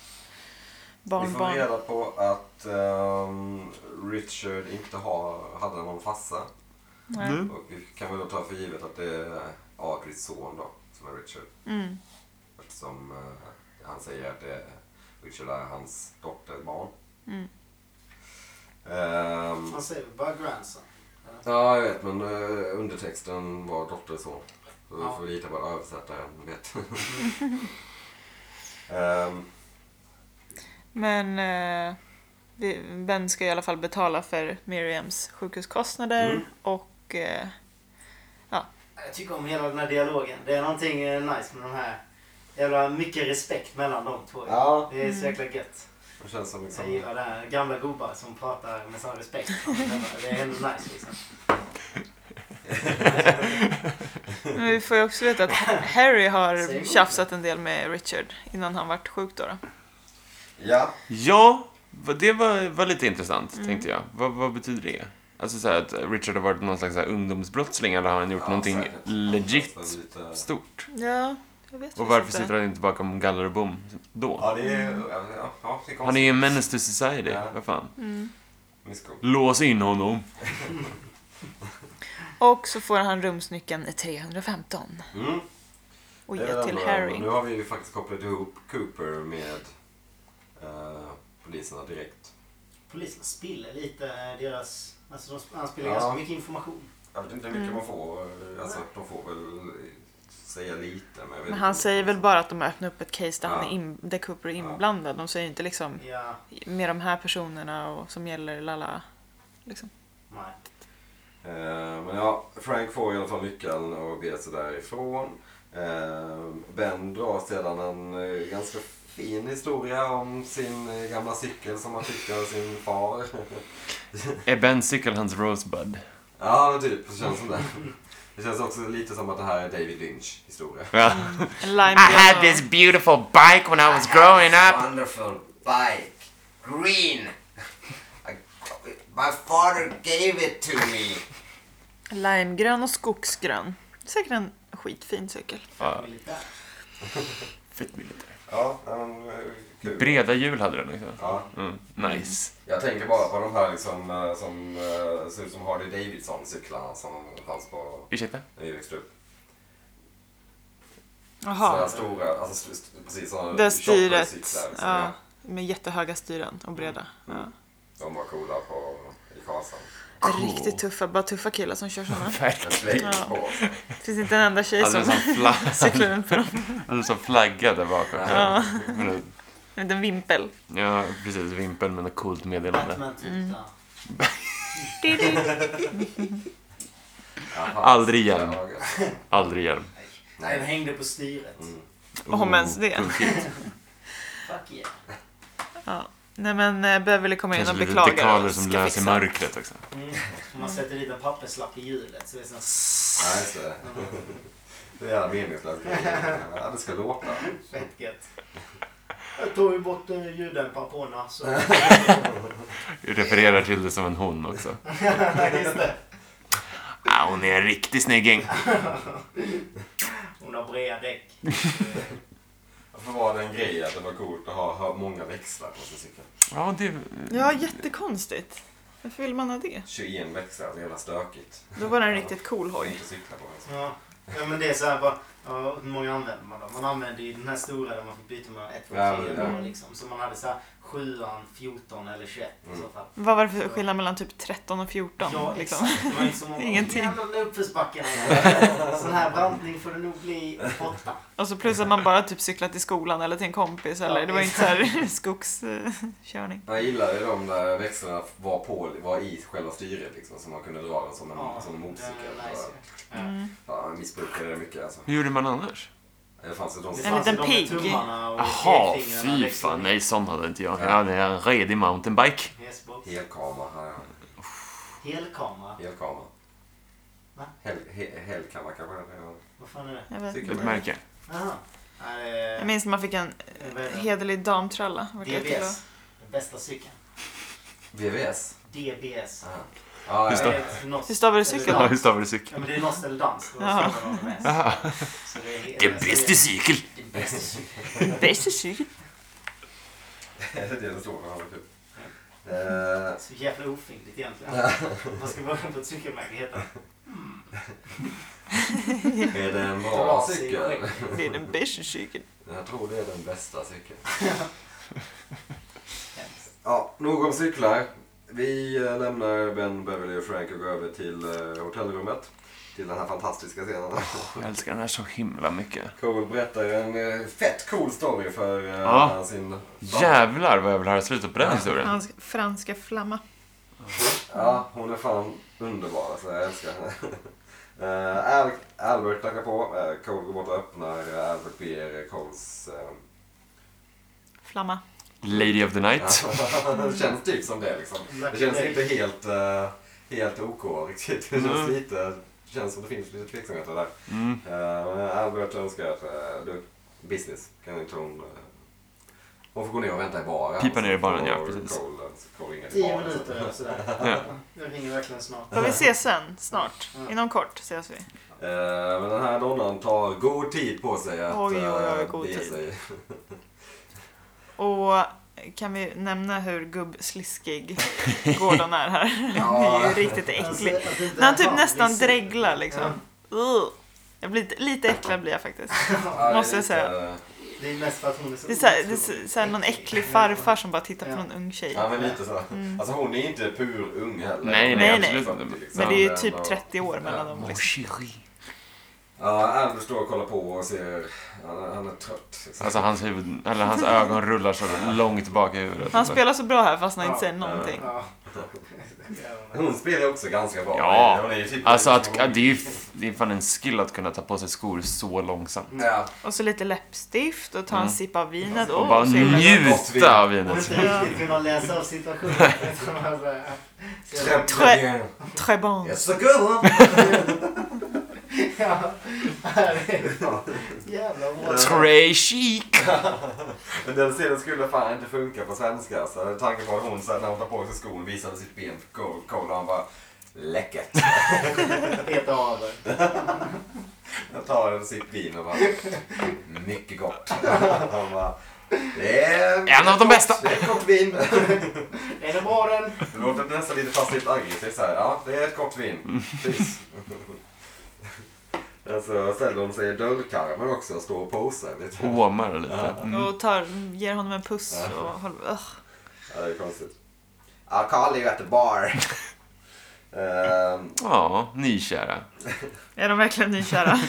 S1: Vi får
S3: barnbarn.
S1: Eh, reda på att ehm, Richard inte har, hade någon farsa.
S3: Nej.
S1: Och vi kan väl då ta för givet att det är Adrits son då, som är Richard.
S3: Mm.
S1: Eftersom eh, han säger att det är Richard är hans dotterbarn.
S3: Mm.
S1: Ehm,
S2: Man säger bara grandson.
S1: ja, jag vet, men eh, undertexten var dotterson. Så vi
S2: Ja.
S1: får lita på att översättaren vet.
S3: [LAUGHS]
S1: Ehm,
S3: Men eh, vi- Ben ska i alla fall betala för Miriams sjukhuskostnader
S1: Mm.
S3: och eh,
S2: Jag tycker om hela den här dialogen. Det är någonting eh, nice med de här. Jävla mycket respekt mellan de två.
S1: Ja.
S2: Det är så jäkla gött.
S1: det känns som
S2: Jag
S1: liksom...
S2: gillar det här. Gamla gubbar som pratar med sån respekt. Det är ändå nice liksom.
S3: Men vi får ju också veta att Harry
S2: Säg
S3: har
S2: emot.
S3: tjafsat en del med Richard innan han vart sjuk då. då.
S1: Ja,
S4: Ja, va- det var, var lite intressant
S5: Mm.
S4: tänkte jag. Vad, vad betyder det? Alltså så här, att Richard har varit någon slags så här ungdomsbrottsling eller har han gjort
S1: Ja,
S4: någonting
S1: säkert.
S4: legit
S1: Alltså, lite-
S4: stort?
S3: Ja, jag vet
S4: Och varför sitter han inte bakom galler och bom då?
S1: Ja, det är... Ja, ja, ja, det är
S4: Han är ju en menace Mm. to society,
S1: Ja.
S4: vad fan.
S3: Mm.
S1: konstigt.
S4: Lås in honom!
S3: Och så får han rumsnyckeln i 315
S1: Mm.
S3: och
S1: Det är
S3: ge
S1: väl
S3: till
S1: ändå-
S3: Harry.
S1: Nu har vi ju faktiskt kopplat ihop Cooper med eh, poliserna direkt.
S2: Polisen spiller lite eh, deras... Alltså de, han spiller
S1: Ja.
S2: ganska mycket information.
S1: Jag vet inte hur mycket
S3: Mm.
S1: man får. Alltså, de får väl säga lite. Men, jag vet
S3: Men
S1: inte.
S3: han säger väl bara att de har öppnat upp ett case där, han
S1: Ja.
S3: är in, där Cooper är
S1: Ja.
S3: inblandad. De säger inte liksom
S2: Ja,
S3: med de här personerna och som gäller lala. Liksom.
S2: nej.
S1: Eh, men ja, Frank får i alla fall nyckeln och beger sig därifrån. Eh, ben drar sedan en eh, ganska fin historia om sin eh, gamla cykel som han fick av sin far. [LAUGHS]
S4: Är Ben Sickle hans
S5: Mm.
S4: Rosebud?
S1: ja, men typ. Det känns som det. Det känns också lite som att det här är David Lynch historia.
S4: Ja.
S3: En
S5: [LAUGHS]
S3: lime
S5: I had this beautiful bike when I was growing up.
S6: Wonderful bike. Green. [LAUGHS] I, my father gave it to me.
S3: Limegrön och skogsgrön. Säkert en skitfin cykel.
S4: Ja.
S2: Militär.
S4: Fett militär.
S1: Ja, men, eh, kul.
S4: Breda hjul hade den också.
S1: Ja,
S4: Mm, nice.
S1: jag tänker bara på de här liksom, eh, som eh, ser ut som Harley Davidson-cyklarna som fanns på
S4: Ursäkta?
S1: när vi växte upp. Sådana
S3: Jaha.
S1: stora, alltså st- st- precis sådana
S3: Det
S1: shoppercyklar.
S3: styret.
S1: Liksom,
S3: Ja,
S1: ja.
S3: med jättehöga styren och breda.
S4: Mm.
S3: Ja.
S1: De var coola på, i Karlshamn.
S4: Cool.
S3: Riktigt tuffa, bara tuffa killar som kör
S4: [LAUGHS]
S3: sådana.
S1: Jag
S4: Verkligen.
S1: slängde
S3: Ja.
S1: på oss.
S3: Finns inte en enda tjej som
S4: Alldeles som, fla
S5: [LAUGHS]
S3: cyklar runt på dem.
S4: alldeles som flagga där bakom.
S3: Ja.
S4: Men-
S3: En liten vimpel.
S4: Ja, precis. Vimpeln med något coolt meddelande.
S2: Batman typ där.
S1: Jaha.
S4: Aldrig igen.
S1: Ja, gött.
S4: Aldrig hjälm. Oh,
S2: Den
S1: Nej.
S2: hängde på styret.
S3: Om ens det.
S4: Tokigt.
S2: Fuck yeah.
S3: Nej men eh, Beverly kommer in
S4: Kanske
S3: och
S4: lite
S3: beklagar.
S4: dekaler
S3: och
S4: som
S3: ska
S4: löser
S3: fixa.
S4: mörkret också.
S2: Mm. Om man sätter dit en papperslapp i hjulet så det är det
S1: Nej,
S2: sån...
S1: just det. [LAUGHS] Det är jävla meningslöst. Ja, det ska låta.
S2: Fett gött. [LAUGHS] Jag tog ju bort eh, ljuddämparen på henne
S1: [LAUGHS]
S2: så...
S4: Refererar till det som en hon också.
S3: [LAUGHS]
S2: Just det.
S4: Ah, hon är en riktig snygging.
S2: Hon har breda däck.
S1: Varför var det en grej att det var coolt att ha, ha många växlar på sin cykel?
S4: Ja, det...
S3: Ja, jättekonstigt. Varför vill man ha det?
S1: 21 växlar, det är jävla stökigt.
S3: Då var det en riktigt cool
S1: Jag
S3: hoj.
S1: inte cykla på alltså.
S2: Ja. ja men det är så här bara, ja, hur många använder man då? Man använder ju den här stora där man fick byta mellan 1, 2,
S1: Ja,
S2: 3
S1: ja.
S2: ja. liksom. Så man hade så här 7, 14 eller 21 i så fall.
S3: Vad var det för skillnad mellan typ 13 och 14?
S2: Ja,
S3: liksom?
S2: exakt. Det var inte så många.
S3: Ingenting.
S2: Jävlar, den där uppförsbacken. Sån här brantning får det nog bli borta.
S3: Och så plus att man bara typ cyklat till skolan eller till en kompis. Eller, det var inte såhär [LAUGHS] skogskörning.
S1: Jag gillar ju de där växlarna var, på, var i själva styret liksom, så man kunde dra den som en, som en motorcykel.
S2: den är nice ju.
S1: Ja, jag missbrukade det mycket alltså.
S4: Hur gjorde man annars?
S1: Det fanns ju de
S2: Det
S1: som...
S3: En
S2: fanns ju
S3: liten
S2: de med
S3: pigg.
S2: tummarna och
S4: Jaha,
S2: pekfingrarna
S4: fy
S2: liksom.
S4: fan. Nej, sån hade inte jag. Jag hade en redig mountainbike.
S2: Hästbock.
S1: Helkamera. här,
S2: Helkamera.
S1: Helkamera.
S2: Va?
S1: Hel, he, helkamera kanske det är.
S2: Vad fan är det?
S3: Jag, vet.
S1: Cykel.
S4: Ett märke.
S2: Jaha. Nej, det är-
S3: jag minns när man fick en
S2: det är vad är det?
S3: hederlig damtralla. Vart det till
S2: DBS. Den bästa cykeln.
S1: VVS.
S2: DBS.
S1: Ah.
S6: Ja,
S4: Just
S6: ja.
S4: det.
S2: Hur
S3: Hur stavar du cykel
S4: Ja,
S3: då?
S4: hur stavar du cykel?
S2: Ja, men det är norsk eller dansk. och
S3: Jaha.
S2: så är det någon av dem.
S4: Jaha.
S2: Så det är helt-
S5: Den bästa cykel.
S3: Bästa cykel.
S1: [LAUGHS] Det är det som han har kul. Eh,
S2: Så jävla ofintligt egentligen. Man ska börja på ett cykelmärke heta
S1: Är det en bra
S2: Trasig
S1: cykel?
S2: skägg.
S3: Det är den bästa cykeln.
S1: Jag tror det är den bästa cykeln. Ja, nog om cyklar. Vi eh, lämnar Ben, Beverly och Frank och går över till eh, hotellrummet. Till den här fantastiska scenen.
S4: Jag älskar den här så himla mycket.
S1: Cole berättar en eh, fett cool story för eh,
S4: Ja.
S1: sin...
S4: Jävlar vad jag vill höra slutet på den historien.
S3: Hans franska flamma.
S1: Ja, hon är fan underbar alltså. Jag älskar henne. [LAUGHS] Eh, Al- Albert knackar på. Eh, Cole går bort och öppnar. Eh, Albert ber Coles... eh,
S3: Flamma.
S4: Lady of the Night.
S1: [LAUGHS] det känns typ som det liksom. Det känns inte helt, eh, helt OK riktigt. Det känns
S4: Mm.
S1: lite... Det känns som det finns lite tveksamheter där.
S4: Mm.
S1: Eh, men Albert önskar att... eh, du, business. Kan inte hon... eh, hon får gå ner och vänta i baren.
S4: Pipa ner i baren, ja,
S1: Och
S4: precis.
S1: Cole, eh, så Cole ringer till
S2: Tio
S1: baren.
S2: minuter eller sådär.
S4: Ja.
S2: Jag ringer verkligen snart.
S3: Får vi ses sen? Snart? Inom kort ses vi.
S1: Eh, men den här donnan tar god tid på sig att
S3: Oj, oj, oj,
S1: eh,
S3: god
S1: bege
S3: tid.
S1: sig.
S3: Och kan vi nämna hur gubbsliskig Gordon är här? Han är
S6: Ja.
S3: ju riktigt äcklig.
S2: Alltså, att det inte
S3: När han
S2: är
S3: typ
S2: han,
S3: nästan
S2: visst.
S3: dreglar liksom. Ugh. Jag blir lite, lite äcklad blir jag faktiskt.
S1: Ja, det är
S3: Måste jag
S1: lite, eh,
S2: Det är mest för att hon är så
S3: Det är såhär, det är så- såhär någon äcklig farfar som bara tittar på någon ung tjej.
S1: Ja, men lite så. Alltså hon är inte pur ung heller.
S4: Nej,
S3: nej,
S1: Hon är
S3: absolut
S1: 40,
S4: inte.
S1: liksom.
S3: Men det är ju
S1: och-
S3: typ 30 år mellan dem.
S4: Mon
S3: Liksom.
S4: chéri.
S1: Ja, Albert står och kollar på och ser... Han är, han är trött. Liksom.
S4: Alltså hans huvud, eller hans ögon rullar så långt bak i huvudet.
S3: Han spelar så bra här fast han inte
S2: Ja.
S3: säger någonting.
S2: Ja.
S1: Hon spelar ju också ganska bra.
S4: Ja.
S1: Hon är ju typ
S4: Alltså att, att det är ju f- det är fan en skill att kunna ta på sig skor så långsamt.
S1: Ja,
S3: Och så lite läppstift och ta en
S4: Mm.
S3: sipp av vinet.
S4: Och
S3: Åh,
S4: bara
S3: så himla gott.
S4: njuta av
S2: Hon har
S4: vinet.
S2: inte riktigt kunnat läsa av situationen. [LAUGHS] eh, utan hon har så här-
S1: Très bien.
S3: Très bon.
S1: Yes, so good.
S2: Ja, [LAUGHS] här är det. Jävla bra.
S4: Très chic.
S1: Men den scenen skulle fan inte funka på svenska. Så tanken var att hon sen när hon tar på sig skon visade sitt ben för Cole, Cole och han bara läckert.
S2: Peta av den.
S1: Jag tar en sitt vin och bara mycket gott. Han bara det är
S4: En av de bästa.
S1: Det är ett gott vin.
S2: Är det bra den?
S1: Det låter nästan lite passivt aggressivt så här. Ja, det är ett gott
S4: Mm.
S1: vin. Precis. Alltså ställer hon sig i dörrkarmen också och står och posar typ- lite.
S4: Åmar lite. Mm.
S3: Och tar, ger honom en puss och håller... Ugh.
S1: Ja, det är konstigt. Ja, Karl är ju at the
S4: [LAUGHS]
S1: bar. Ehm,
S4: Ja, nykära.
S3: Är de verkligen nykära?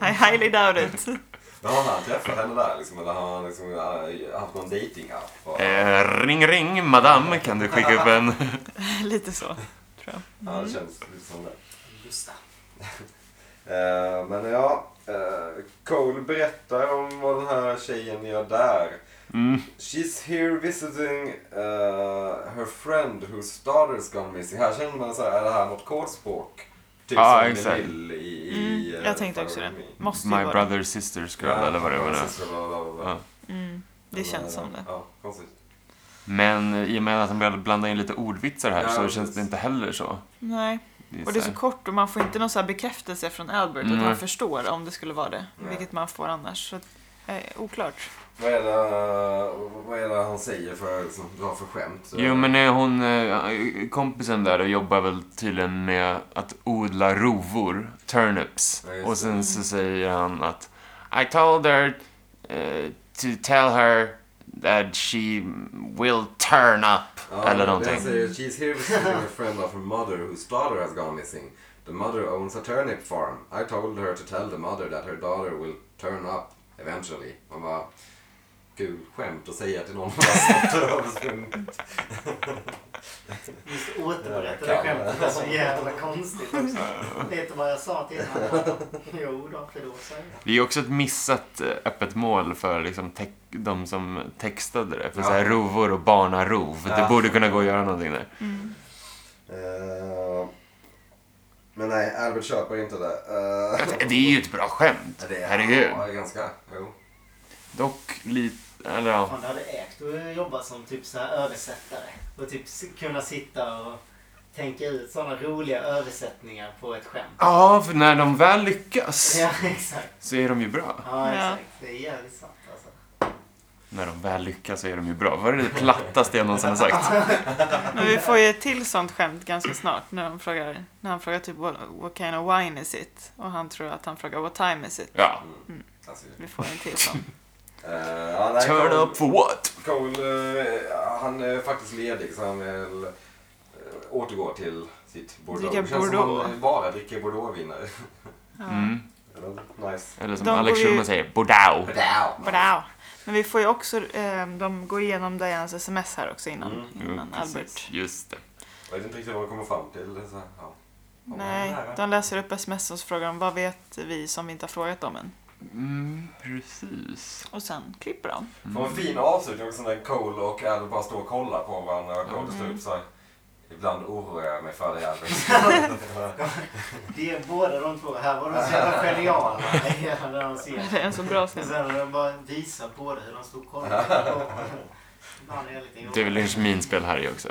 S3: I highly doubt it. [LAUGHS]
S1: Men har han träffat henne där liksom? Eller har han liksom äh, haft någon dating-app? Och-
S4: Eh, ring ring madame, kan du skicka upp en...
S3: Lite så, tror jag.
S1: Ja, det känns lite som det.
S2: Gustav.
S1: Eh, men ja, eh, Cole berättar om vad den här tjejen gör där.
S4: Mm.
S1: She's here visiting eh, her friend whose daughter's gone missing. Här känner man så här, är det här något kodspråk? Typ
S4: Ja,
S1: som med
S4: exakt.
S1: Lill i, i
S3: Mm,
S1: eh,
S3: jag tänkte också det.
S1: Follow Me.
S3: Måste ju
S4: My
S3: vara det.
S4: brother sister's girl, eller vad det var nu.
S1: Precis, bla, bla, bla, bla.
S4: Ja.
S3: Mm, det känns som det.
S1: Ja, konstigt.
S4: Men i och med att han började blanda in lite ordvitsar här
S1: Ja,
S4: så
S1: precis.
S4: känns det inte heller så.
S3: Nej,
S4: Det är
S3: och det är
S4: så
S3: så
S4: här-
S3: kort och man får inte någon så här bekräftelse från Albert
S4: Mm.
S3: att han förstår om det skulle vara det.
S1: Nej.
S3: Vilket man får annars. Så, att, eh, oklart.
S1: Vad är, det, vad är det han säger för, liksom, drar för skämt?
S4: Jo, men eh, hon, eh, kompisen där och jobbar väl tydligen med att odla rovor, turnips.
S1: Ja, just
S4: och sen så säger han att I told her eh, to tell her that she will turn up.
S1: Ja,
S4: eller någonting.
S1: den Säger, Oh, She's here visiting a [LAUGHS] friend of her mother whose daughter has gone missing. The mother owns a turnip farm. I told her to tell the mother that her daughter will turn up eventually. Man bara, kul skämt att säga till någon [LAUGHS] som har försvunnit.
S2: Just återberätta
S1: Ja,
S2: det
S1: kan.
S2: skämtet. Det är så jävla konstigt också. Vet du vad jag sa till henne? Jo då, för då sa jag.
S4: Det är också ett missat eh, öppet mål för liksom te- de som textade det. För
S1: Ja.
S4: så här rovor och barnarov.
S1: Ja.
S4: Det borde kunna gå att göra
S1: [LAUGHS]
S4: någonting där.
S1: Eh, Men nej, Albert köper inte det. Eh,
S4: Det är ju ett bra skämt.
S1: [LAUGHS]
S4: Herregud.
S1: Ja, det är ganska. Jo.
S4: Dock lite, eller ja.
S2: Fan, det hade ägt att jobba som typ så här översättare. Och typ s- kunna sitta och tänka ut sådana roliga översättningar på ett skämt. [LAUGHS]
S4: Ja, för när de väl lyckas
S2: Ja, exakt.
S4: så är de ju bra.
S2: Ja,
S3: Ja.
S2: exakt. Det är jävligt sant alltså.
S4: När de väl lyckas så är de ju bra. Var det det plattaste jag någonsin har sagt?
S3: Men vi får ju ett till sånt skämt ganska snart när, de frågar, när han frågar typ what, what kind of wine is it? Och han tror att han frågar what time is it?
S4: Ja.
S1: Klassiker.
S3: Vi får en till
S4: [LAUGHS]
S3: sån.
S1: Eh, ja, nej,
S4: Turn
S1: Cole-
S4: up for what?
S1: Cole, eh, han är faktiskt ledig så han vill eh, återgå till sitt Bordeaux.
S3: Dricka
S1: Det känns som
S3: Bordeaux.
S1: han eh, bara dricker Bordeaux-vinare.
S4: Mm.
S1: Eller, nice.
S4: Eller som
S3: De
S4: Alex
S3: går ju-
S4: Schulman säger, Bordeaux.
S6: Down.
S3: Bra. Men vi får ju också, eh, de går igenom Dianas sms här också innan,
S4: Mm. Jo,
S3: innan
S4: precis.
S3: Albert.
S4: Just det.
S1: Jag vet inte riktigt vad de kommer fram till. det är Så, här, ja. Ja,
S3: Nej,
S1: nära.
S3: de läser upp sms och så frågar de vad vet vi som vi inte har frågat om än?
S4: Mm, precis.
S3: Och sen klipper de.
S1: Det var en fin avslutning också när Cole och Albert bara står och kollar på varandra och Cole står upp så här. Ibland oroar jag mig för dig Albert.
S2: Det är båda de två. Här var de så jävla geniala. Ja, när de ser.
S3: [LAUGHS] Det är en så bra
S2: Och
S3: scen.
S2: sen när de bara visar båda hur de stod och kollade. på varandra. Ibland är jag lite
S4: Det är
S2: jobbig.
S4: väl ett minspel här i också.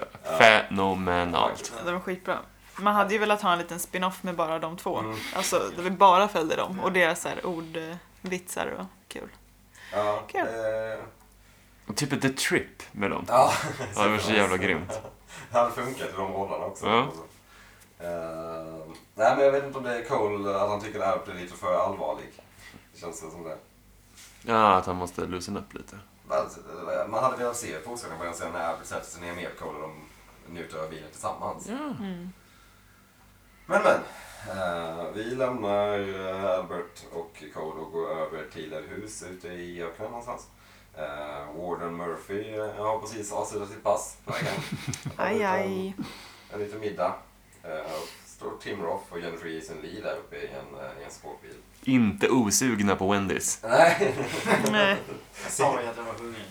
S4: Fenomenalt.
S3: Det var skitbra. Man hade ju velat ha en liten spin-off med bara de två.
S1: Mm.
S3: Alltså, där vi bara följde dem och deras så här ordvitsar och kul.
S1: ja,
S3: Kul.
S1: eh,
S4: Och Typ ett The Trip med dem.
S1: ja. [LAUGHS]
S4: Ja, det var så jävla grymt.
S1: Det hade funkat i de rollerna också.
S4: Ja.
S1: Alltså. Eh, nej, men jag vet inte om det är Cole att han tycker att Albert är lite för allvarlig. Det känns det som det.
S4: Ja, att han måste loosen upp lite.
S1: Alltså, eh, Man hade velat se fortsättningen på den scenen när Albert sätter sig ner med Cole och de njuter av vinen
S3: Mm.
S1: tillsammans. Men men. eh, vi lämnar eh, Albert och Cole och går över till ett hus ute i öknen någonstans. Eh, Warden Murphy eh, har precis avslutat sitt pass. på
S3: [LAUGHS]
S1: vägen.
S3: Aj, aj.
S1: en liten middag. Eh, och står Tim Roth och Jennifer Jason Lee där uppe i en, eh, i en skåpbil.
S4: Inte osugna på Wendys.
S1: Nej, [LAUGHS]
S3: [LAUGHS] Nej.
S2: Jag sa ju att jag var hungrig.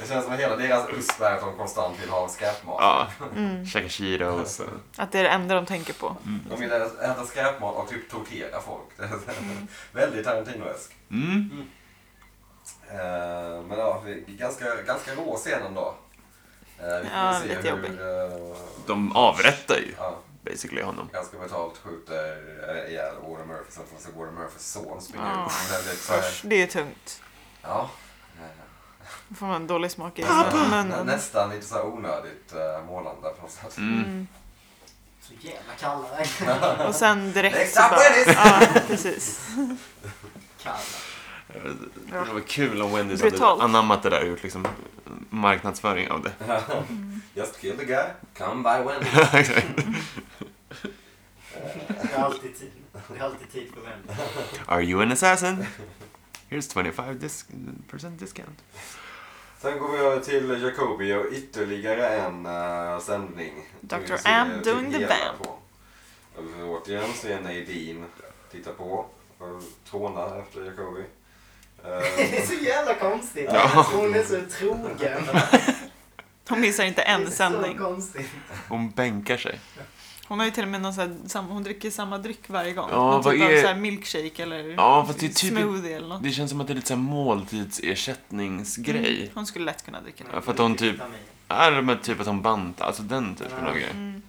S1: det känns som att hela deras USP är att de konstant vill ha skräpmat.
S4: Ja,
S3: Mm.
S4: käka Cheetos.
S3: Att det är det enda de tänker på.
S1: De vill äta skräpmat och typ tortera folk. [LAUGHS] Det är Väldigt Tarantinoesk.
S4: Mm.
S1: Eh, men ja, vi- ganska, ganska rå scen ändå. Eh, vi får
S3: Ja,
S1: se
S3: lite
S1: hur,
S3: jobbig.
S1: eh,
S4: De avrättar ju
S1: ja,
S4: basically honom.
S1: ganska brutalt skjuter eh, ihjäl Warren Murphy. Sen får vi se Warren Murphys son springa
S3: Ja.
S1: ut. och väldigt så här-
S3: Det är ju tungt.
S1: Ja. eh,
S3: Då får man dålig smak i
S1: Nä,
S3: munnen.
S1: nästan lite så här onödigt eh, målande på något sätt.
S3: Mm.
S2: Så jävla kalla regn.
S3: Och sen direkt
S1: Next
S3: så
S1: up,
S3: bara...
S1: Dennis!
S3: Ja, precis.
S2: Kalla.
S4: Det var kul om Wendys
S3: Brutalt.
S4: hade anammat det där och gjort liksom marknadsföring av det.
S1: [LAUGHS]
S4: [LAUGHS]
S1: Just kill the guy, come by when.
S2: Det är alltid tid. Det är alltid tid för vän.
S4: Are you an assassin? Here's 25% dis- percent discount.
S1: Sen går vi över till Jacobi och ytterligare en eh, sändning.
S3: Dr.
S1: Vi får se
S3: Am
S1: till
S3: doing the
S1: hela
S3: bam.
S1: på. Och vi får Återigen så är Nadine tittar på och trånar efter Jacobi. [LAUGHS]
S2: Det
S1: Eh,
S2: är så jävla konstigt.
S4: Ja.
S2: Hon är så trogen.
S3: Hon missar inte
S2: Det är
S3: en
S2: så
S3: sändning.
S2: konstigt.
S4: Hon bänkar sig.
S3: Hon har ju till och med någon så här, sam, hon dricker samma dryck varje gång.
S4: Ja,
S3: någon
S4: vad
S3: typ av
S4: är-
S3: så här milkshake eller
S4: Ja, fast det är typ-
S3: smoothie eller något.
S4: Det känns som att det är lite så här måltidsersättningsgrej.
S3: Hon skulle lätt kunna dricka det.
S4: Ja, för att hon typ- Är men typ att hon bantar, alltså den typen av grej.
S3: Mm.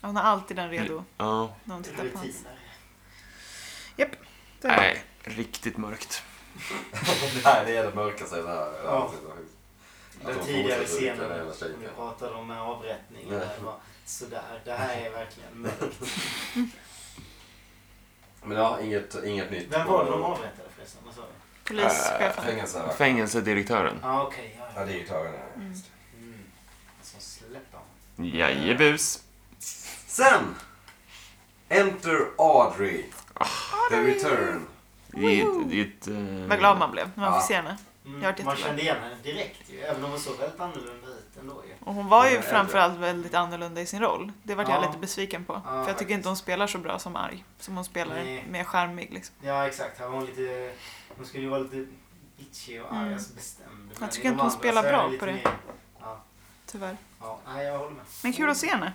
S3: Ja, Hon har alltid den redo
S4: Ja,
S3: när hon tittar på honom.
S2: Rutiner.
S4: nej, riktigt mörkt.
S1: det här det är det mörka sig det här. det här
S2: Ja.
S1: avsnittet. Att
S2: Den
S1: hon
S2: tidigare
S1: fortsätter dricka den
S2: scenen
S1: hela
S2: som vi
S1: shaken.
S2: pratade om med avrättningen.
S1: Ja.
S2: Det var sådär. Det här är verkligen mörkt.
S1: Men ja, inget, inget nytt.
S2: Vem var det de avrättade förresten? Vad sa vi?
S3: Polischefen.
S1: Fängelse. va?
S4: Fängelsedirektören.
S2: Ja, okej. ja,
S1: Ja,
S2: ja.
S1: det är ju tagen här. just det.
S2: Mm. Så släpp honom.
S4: Jajebus.
S1: Sen! Enter Audrey. The Return.
S4: Det är ett- det är ett... eh,
S3: Vad glad man blev när man
S1: Ja.
S3: fick se henne.
S2: Mm.
S3: Jag har varit
S2: Man
S3: jätteglad.
S2: kände igen henne direkt ju. Även om hon såg väldigt annorlunda ut ändå ju.
S3: Och hon var
S1: Ja,
S3: ju
S1: det är
S3: framförallt väldigt annorlunda i sin roll. Det vart jag
S2: Ja.
S3: lite besviken på. för jag
S2: faktiskt.
S3: tycker inte hon spelar så bra som arg. Som hon spelar
S2: Nej.
S3: mer charmig liksom.
S2: Ja, exakt. Här var hon lite... Hon skulle ju vara lite bitchig och arg.
S3: Mm.
S2: Alltså bestämd. Men
S3: Jag tycker
S2: i de
S3: inte hon
S2: andra
S3: spelar
S2: så är
S3: bra
S2: det lite
S3: på det.
S2: mer- Ja,
S3: Tyvärr.
S2: ja. Nej, jag håller med.
S3: Men kul att se henne.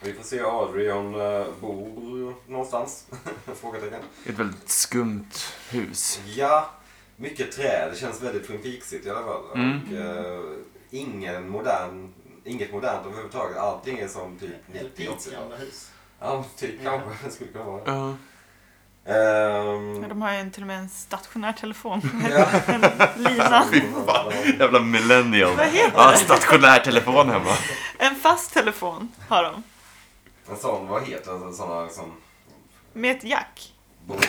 S1: Vi får se Audrey, hon eh, bor någonstans? [LAUGHS] Frågetecken.
S4: Ett väldigt skumt hus.
S1: Ja, mycket trä. Det känns väldigt Twin Peaksigt i alla fall.
S4: Mm.
S1: Och, eh, ingen modern inget modernt överhuvudtaget. Allting är som typ
S2: Eller
S1: 90
S2: Pete's gamla
S1: 80
S2: hus.
S1: Ja, typ
S2: Ja.
S1: kanske. Det skulle kunna [LAUGHS] vara det.
S4: Ja.
S3: Ja,
S1: Ehm,
S3: de har ju en, till och med en stationär telefon.
S1: ja.
S3: En lina.
S4: Jävla millennial.
S3: Vad heter
S4: Ja, stationär telefon hemma.
S3: En fast telefon har de.
S1: En sån, vad heter det? Såna som...
S3: Med ett jack.
S1: Bok.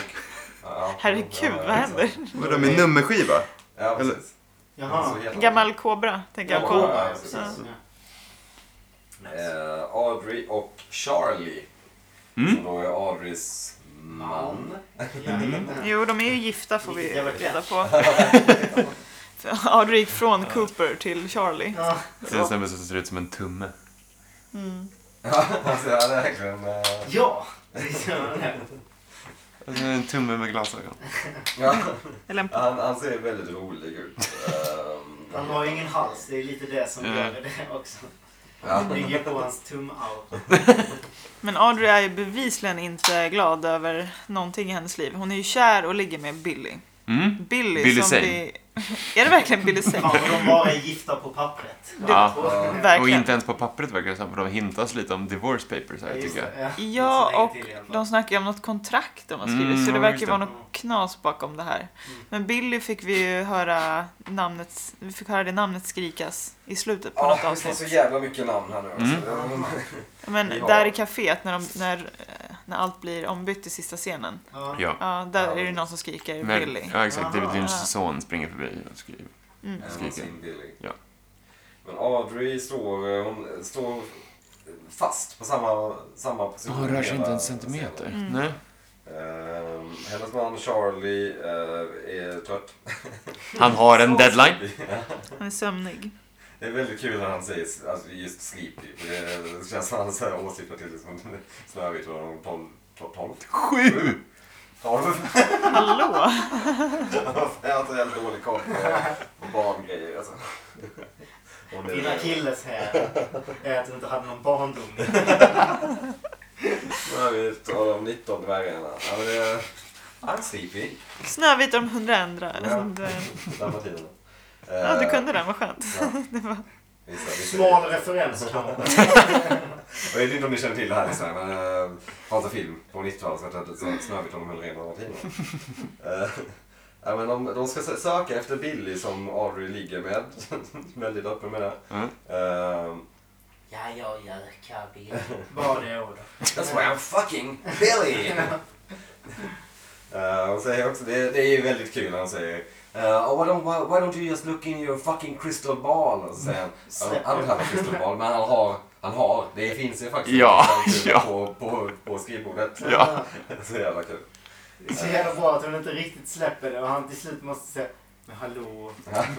S1: Ja,
S3: Herregud,
S1: ja,
S3: vad
S1: exakt.
S3: händer?
S7: Vadå med nummerskiva?
S1: Ja,
S7: Eller-
S1: precis. Så
S2: Jaha.
S1: heter
S3: En
S1: de.
S3: Gammal kobra, tänker jag.
S1: Ja,
S3: Ko-
S1: ja,
S2: precis.
S3: ja.
S2: Alltså, Ja.
S1: Eh, Audrey och Charlie. Som då är Audreys man. [LAUGHS]
S2: Jajamän.
S3: Jo, de är ju gifta får vi
S2: Vilket jävla
S3: reda på. För Audrey gick från Cooper till Charlie.
S2: Ja.
S4: Sen som ser ut som en tumme.
S3: Mm.
S1: alltså, ja, [LAUGHS] det är verkligen... eh,
S2: Ja, det gör det.
S4: En tumme med glasögon.
S1: Ja,
S3: Eller en
S1: han, han ser väldigt rolig ut. Ehm,
S2: Han har ju ingen hals, det är lite det som
S4: Ja.
S2: gör det också.
S1: Ja.
S2: Det bygger på hans tum-out.
S3: Men Audrey är ju bevisligen inte glad över någonting i hennes liv. Hon är ju kär och ligger med Billy.
S4: Mm.
S3: Billy,
S4: Billy
S3: som
S4: Zane.
S3: blir... [LAUGHS] Är det verkligen Billy Zane?
S2: Fan vad de bara är gifta på pappret.
S4: Ja.
S1: Ja.
S4: Och
S3: Verkligen.
S4: inte ens på pappret verkar det som, för de hintas lite om divorce papers här
S2: just
S4: tycker jag.
S2: det, ja. Så
S3: Ja,
S2: länge
S3: och
S2: till i alla fall.
S3: de snackar ju om något kontrakt de har skrivit,
S4: Mm,
S3: så det
S4: ja,
S3: verkar
S4: just
S3: ju vara
S4: det.
S3: något knas bakom det här.
S2: Mm.
S3: Men Billy fick vi ju höra namnet, vi fick höra det namnet skrikas i slutet på
S1: Ja,
S3: något
S1: det finns så
S3: avsnitt.
S1: jävla mycket namn här nu.
S4: Mm.
S1: Alltså. [LAUGHS]
S3: Men
S1: Ja.
S3: där i kaféet, när, de, när, eh, när allt blir ombytt i sista scenen,
S2: Ja.
S4: Ja.
S3: ja, där är det någon som skriker
S4: När-
S3: Billy.
S4: Ja, exakt. David
S3: Aha.
S4: Lynchs son springer förbi och skriver.
S3: Mm.
S1: Än
S4: Skriker.
S1: någonsin Billy.
S4: Ja.
S1: Men Audrey står, eh, hon står fast på samma, samma position.
S4: Hon rör sig inte
S1: hela
S4: en centimeter.
S3: Mm.
S1: scenen.
S4: Nej.
S1: Ehm, hennes man Charlie eh, är trött.
S4: Han har en deadline.
S3: Han är sömnig.
S1: Det är väldigt kul när han säger alltså, just sleepy. För det känns som att han så här åsyftar till liksom, [LAUGHS] Snövit var hon tolv. tolv- Tolv?
S4: Sju!
S1: [LAUGHS] Tolv?
S3: Hallå!
S1: Jag har så jävla dålig koll på- på barngrejer alltså. Och det-
S2: Din akilleshäl är att du inte hade någon barndom.
S1: Snövit och de 19 dvärgarna. Ja, men det är... I'm sleepy.
S3: Snövit och de hundra ändra.
S1: Ja.
S3: Ja.
S1: Samma tiden.
S3: ja, du kunde den, vad skönt.
S1: Ja. Visst, visst.
S2: Smal referens kanske.
S1: Jag vet inte om ni känner till det här, liksom, men eh, fanns en film på 90-talet som hette så Snövit och de hundra renarna och tiden. Eh, ja, men de, de ska sö- söka efter Billy som Audrey ligger med. [LAUGHS] Väldigt öppen med det.
S4: Mm.
S1: Eh,
S2: Ja, jag gökar Bill. Bara det ordet.
S1: That's why I'm fucking Billy! [LAUGHS] Eh, hon säger också, det, det är ju väldigt kul när hon säger eh, oh, why, don't, why, why don't you just look in your fucking crystal ball? Och så säger han, "I don't-
S2: Mm.
S1: I don't have a crystal ball, men han har, han har, det finns ju faktiskt
S4: Ja,
S1: en kula
S4: [LAUGHS] ja.
S1: på, på, på skrivbordet.
S4: Ja.
S1: så jävla kul.
S2: Det är så jävla bra att hon inte riktigt släpper det och han till slut måste säga Men hallå,